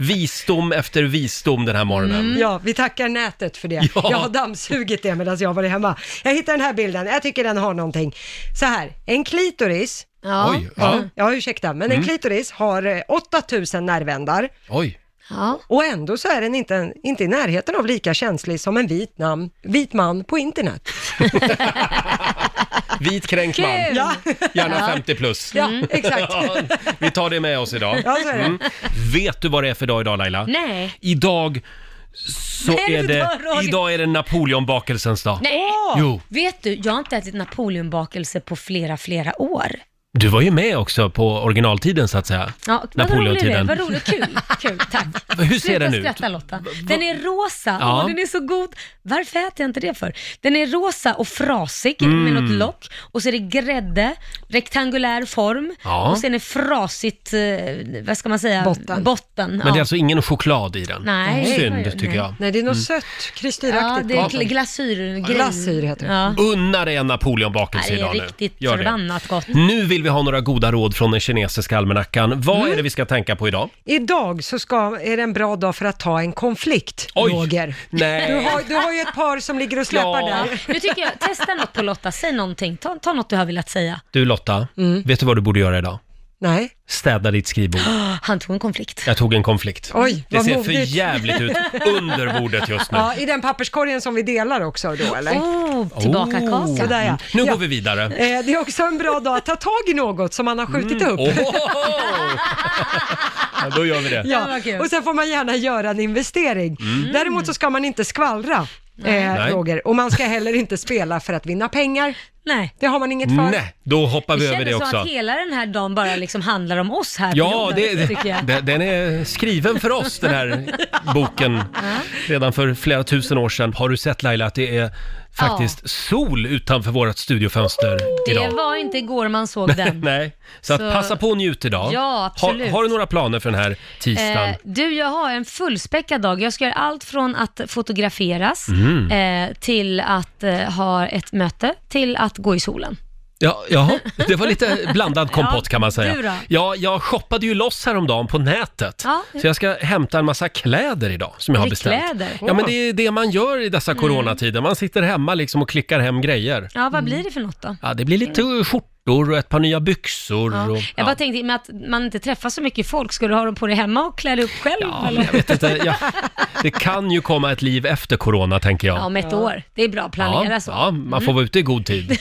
S1: visdom efter visdom den här morgonen.
S3: Mm.
S2: Ja, vi tackar nätet för det.
S1: Ja.
S2: Jag har dammsugit det medan jag har varit hemma. Jag hittade den här bilden, jag tycker den har någonting. Så här, en klitoris.
S3: Ja.
S1: Oj, ja.
S2: ja ursäkta, men en
S1: Mm.
S2: klitoris har eh, 8000 nervändar.
S1: Oj.
S2: Och ändå så är den inte, inte i närheten av lika känslig som en vit, namn, vit man på internet.
S1: Vit kränkt man.
S2: Kul! Ja.
S1: Gärna
S2: Ja.
S1: 50 plus.
S2: Ja, exakt.
S1: Ja, vi tar det med oss idag. Mm.
S2: Ja, så är det.
S1: Vet du vad det är för dag idag Laila?
S3: Nej.
S1: Idag så
S3: Nej,
S1: är
S3: det är
S1: det,
S3: idag, Roger.
S1: idag är det Napoleonbakelsens dag.
S3: Nej,
S1: Jo.
S3: vet du, jag har inte ätit napoleonbakelse på flera, flera år.
S1: Du var ju med också på originaltiden så att säga.
S3: Ja, vad rolig du är, vad rolig, kul, kul, tack.
S1: Hur ser
S3: Sluta
S1: den ut?
S3: skratta Lotta. Den är rosa,
S1: Ja.
S3: Åh, den är så god. Varför äter jag inte det för? Den är rosa och frasig
S1: Mm.
S3: med något lock och så är det grädde, rektangulär form
S1: Ja.
S3: och sen är frasigt, eh, vad ska man säga, botten.
S1: Men
S3: ja.
S1: det är alltså ingen choklad i den?
S3: Nej.
S1: Synd tycker jag.
S2: Nej, det är något
S1: Mm.
S2: sött,
S3: Ja,
S2: kristyraktigt.
S3: det är gl- glasyr. grej.
S2: Glasyr heter det.
S3: Ja.
S1: Unna dig en napoleonbakelse
S3: Nej, det är
S1: idag Mm. nu.
S3: riktigt
S1: Gör det.
S3: förbannat gott.
S1: Nu vill vi ha några goda råd från den kinesiska almanackan. Vad
S2: Mm.
S1: är det vi ska tänka på idag?
S2: Idag så ska, är det en bra dag för att ta en konflikt,
S1: Oj.
S2: Roger.
S1: Nej.
S2: Du har, du har ju ett par som ligger och släpar där.
S3: Nu tycker jag, testa något på Lotta, säg någonting. Ta, ta något du har velat säga.
S1: Du Lotta,
S2: Mm.
S1: vet du vad du borde göra idag?
S2: Nej.
S1: Städa ditt skrivbord.
S3: Han tog en konflikt.
S1: Jag tog en konflikt.
S2: Oj,
S1: det
S2: vad
S1: ser för
S2: modigt.
S1: jävligt ut under bordet just nu.
S2: Ja, i den papperskorgen som vi delar också då eller?
S3: Oh, tillbaka
S1: Oh.
S3: kaka.
S2: Sådär ja.
S1: Mm. Nu
S2: ja.
S1: går vi vidare.
S2: Eh, Det är också en bra dag att ta tag i något som man har skjutit upp.
S1: Ja, då gör vi det.
S2: Ja, och sen får man gärna göra en investering.
S1: Mm.
S2: Däremot så ska man inte skvallra, eh,
S1: Nej.
S2: Roger. Och man ska heller inte spela för att vinna pengar.
S3: Nej.
S2: Det har man inget för.
S1: Nej, då hoppar
S3: Det
S1: vi över
S3: kändes
S1: det
S3: som
S1: också.
S3: att hela den här dagen bara liksom handlar om oss här på
S1: Ja,
S3: jobbet,
S1: det,
S3: tycker jag.
S1: det, den är skriven för oss den här boken. Redan för flera tusen år sedan. Har du sett Laila att det är faktiskt sol utanför vårt studiofönster
S3: Oh, Det
S1: idag?
S3: var inte igår man såg den.
S1: Nej, så,
S3: Så-
S1: att passa på och njut idag.
S3: Ja, absolut.
S1: Har, har du några planer för den här tisdagen?
S3: Eh, du, jag har en fullspäckad dag. Jag ska göra allt från att fotograferas
S1: Mm.
S3: eh, till att eh, ha ett möte, till att gå i solen.
S1: Ja, jaha, det var lite blandad kompott kan man
S3: du
S1: säga.
S3: då?
S1: Ja, jag shoppade ju loss häromdagen på nätet.
S3: Ja.
S1: Så jag ska hämta en massa kläder idag som jag har
S3: Är det
S1: beställt.
S3: kläder? Mm.
S1: Ja, men det är det man gör i dessa coronatider. Man sitter hemma liksom och klickar hem grejer.
S3: Ja, vad blir det för något då?
S1: Mm. Ja, det blir lite skjortor och ett par nya byxor
S3: Ja.
S1: och...
S3: Jag
S1: Ja.
S3: bara tänkte, i och med att man inte träffar så mycket folk, ska du ha dem på dig hemma och klä dig upp själv? eller?
S1: Jag vet inte, ja, det kan ju komma ett liv efter corona tänker jag.
S3: Ja, om ett år. Det är bra att planera
S1: Ja,
S3: så. Mm.
S1: ja, man får vara ute i god tid.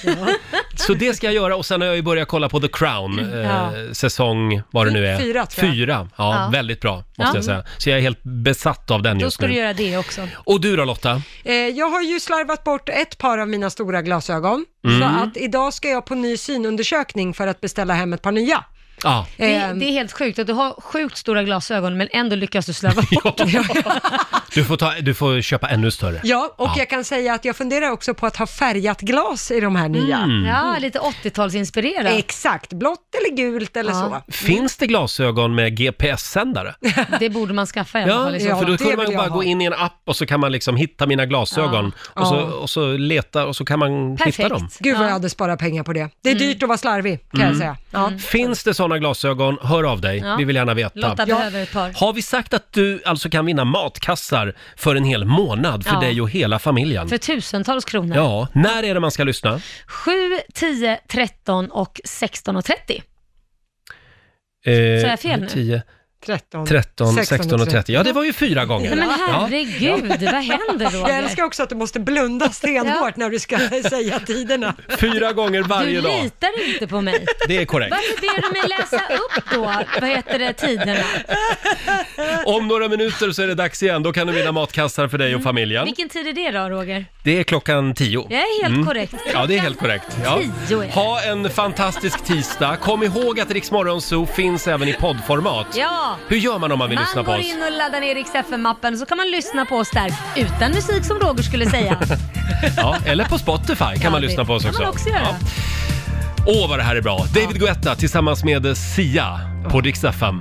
S1: Så det ska jag göra och sen har jag ju börjat kolla på The Crown, eh,
S3: Mm, Ja.
S1: säsong, vad det nu är.
S3: Fyra, tror jag.
S1: Fyra, ja,
S3: Ja.
S1: väldigt bra måste
S3: Ja.
S1: jag säga. Så jag är helt besatt av den
S3: Då
S1: just
S3: ska du
S1: nu.
S3: göra det också.
S1: Och du då Lotta?
S2: Eh, Jag har ju slarvat bort ett par av mina stora glasögon,
S1: Mm.
S2: så att idag ska jag på ny synundersökning för att beställa hem ett par nya. Eh,
S1: Ja.
S3: Det, det är helt sjukt att du har sjukt stora glasögon men ändå lyckas du slarva bort dem.
S1: Du, får ta, du får köpa ännu större.
S2: Ja, och jag kan säga att jag funderar också på att ha färgat glas i de här nya.
S1: Mm.
S3: Ja, lite 80-talsinspirerat.
S2: Exakt, blått eller gult eller
S3: Ja.
S2: så.
S1: Finns det glasögon med GPS-sändare?
S3: Det borde man skaffa i alla
S1: Ja,
S3: fall. i så
S1: för då
S3: fall.
S1: kunde man bara gå in i en app och så kan man liksom hitta mina glasögon
S3: Ja.
S1: Och, så,
S3: Ja.
S1: och så leta och så kan man hitta dem.
S2: Gud vad jag hade sparat pengar på det.
S3: Mm.
S2: Det är dyrt att vara slarvig, kan jag
S1: Mm.
S2: säga. Ja.
S1: Finns det sådana glasögon, hör av dig.
S2: Ja.
S1: Vi vill gärna veta.
S3: Lotta behöver ett par.
S1: Har vi sagt att du alltså kan vinna matkassar för en hel månad för
S3: Ja.
S1: dig och hela familjen?
S3: För tusentals kronor.
S1: Ja, när är det man ska lyssna?
S3: 7, 10, 13 och 16 och 30.
S1: Eh,
S3: Sa jag fel nu?
S1: 10,
S2: 13,
S1: 13, 16 och 30. Ja, det var ju fyra gånger.
S3: Nej men
S1: ja.
S3: herregud, vad händer Roger?
S2: Jag älskar också att du måste blunda stenhårt när du ska säga tiderna.
S1: Fyra gånger
S3: Du
S1: varje dag.
S3: litar inte på mig.
S1: Det är korrekt.
S3: Varför ber du mig läsa upp då, vad heter det, tiderna?
S1: Om några minuter så är det dags igen. Då kan du vinna matkassar för
S3: Mm.
S1: dig och familjen.
S3: Vilken tid är det då Roger?
S1: Det är klockan tio. Mm.
S3: Det är helt korrekt.
S1: Ja, det är helt korrekt. Ja.
S3: Tio är det.
S1: Ha en fantastisk tisdag. Kom ihåg att Rix Morgon Zoo finns även i poddformat.
S3: Ja.
S1: Hur gör man om man vill lyssna
S3: Man
S1: på
S3: går
S1: oss?
S3: in och laddar ner Rix FM-appen så kan man lyssna på oss där, utan musik som Roger skulle säga.
S1: Ja, eller på Spotify kan
S3: Ja,
S1: man
S3: det
S1: lyssna på oss
S3: kan
S1: också.
S3: man också göra.
S1: Ja. Åh, vad det här är bra. David Guetta tillsammans med Sia på Dix FM.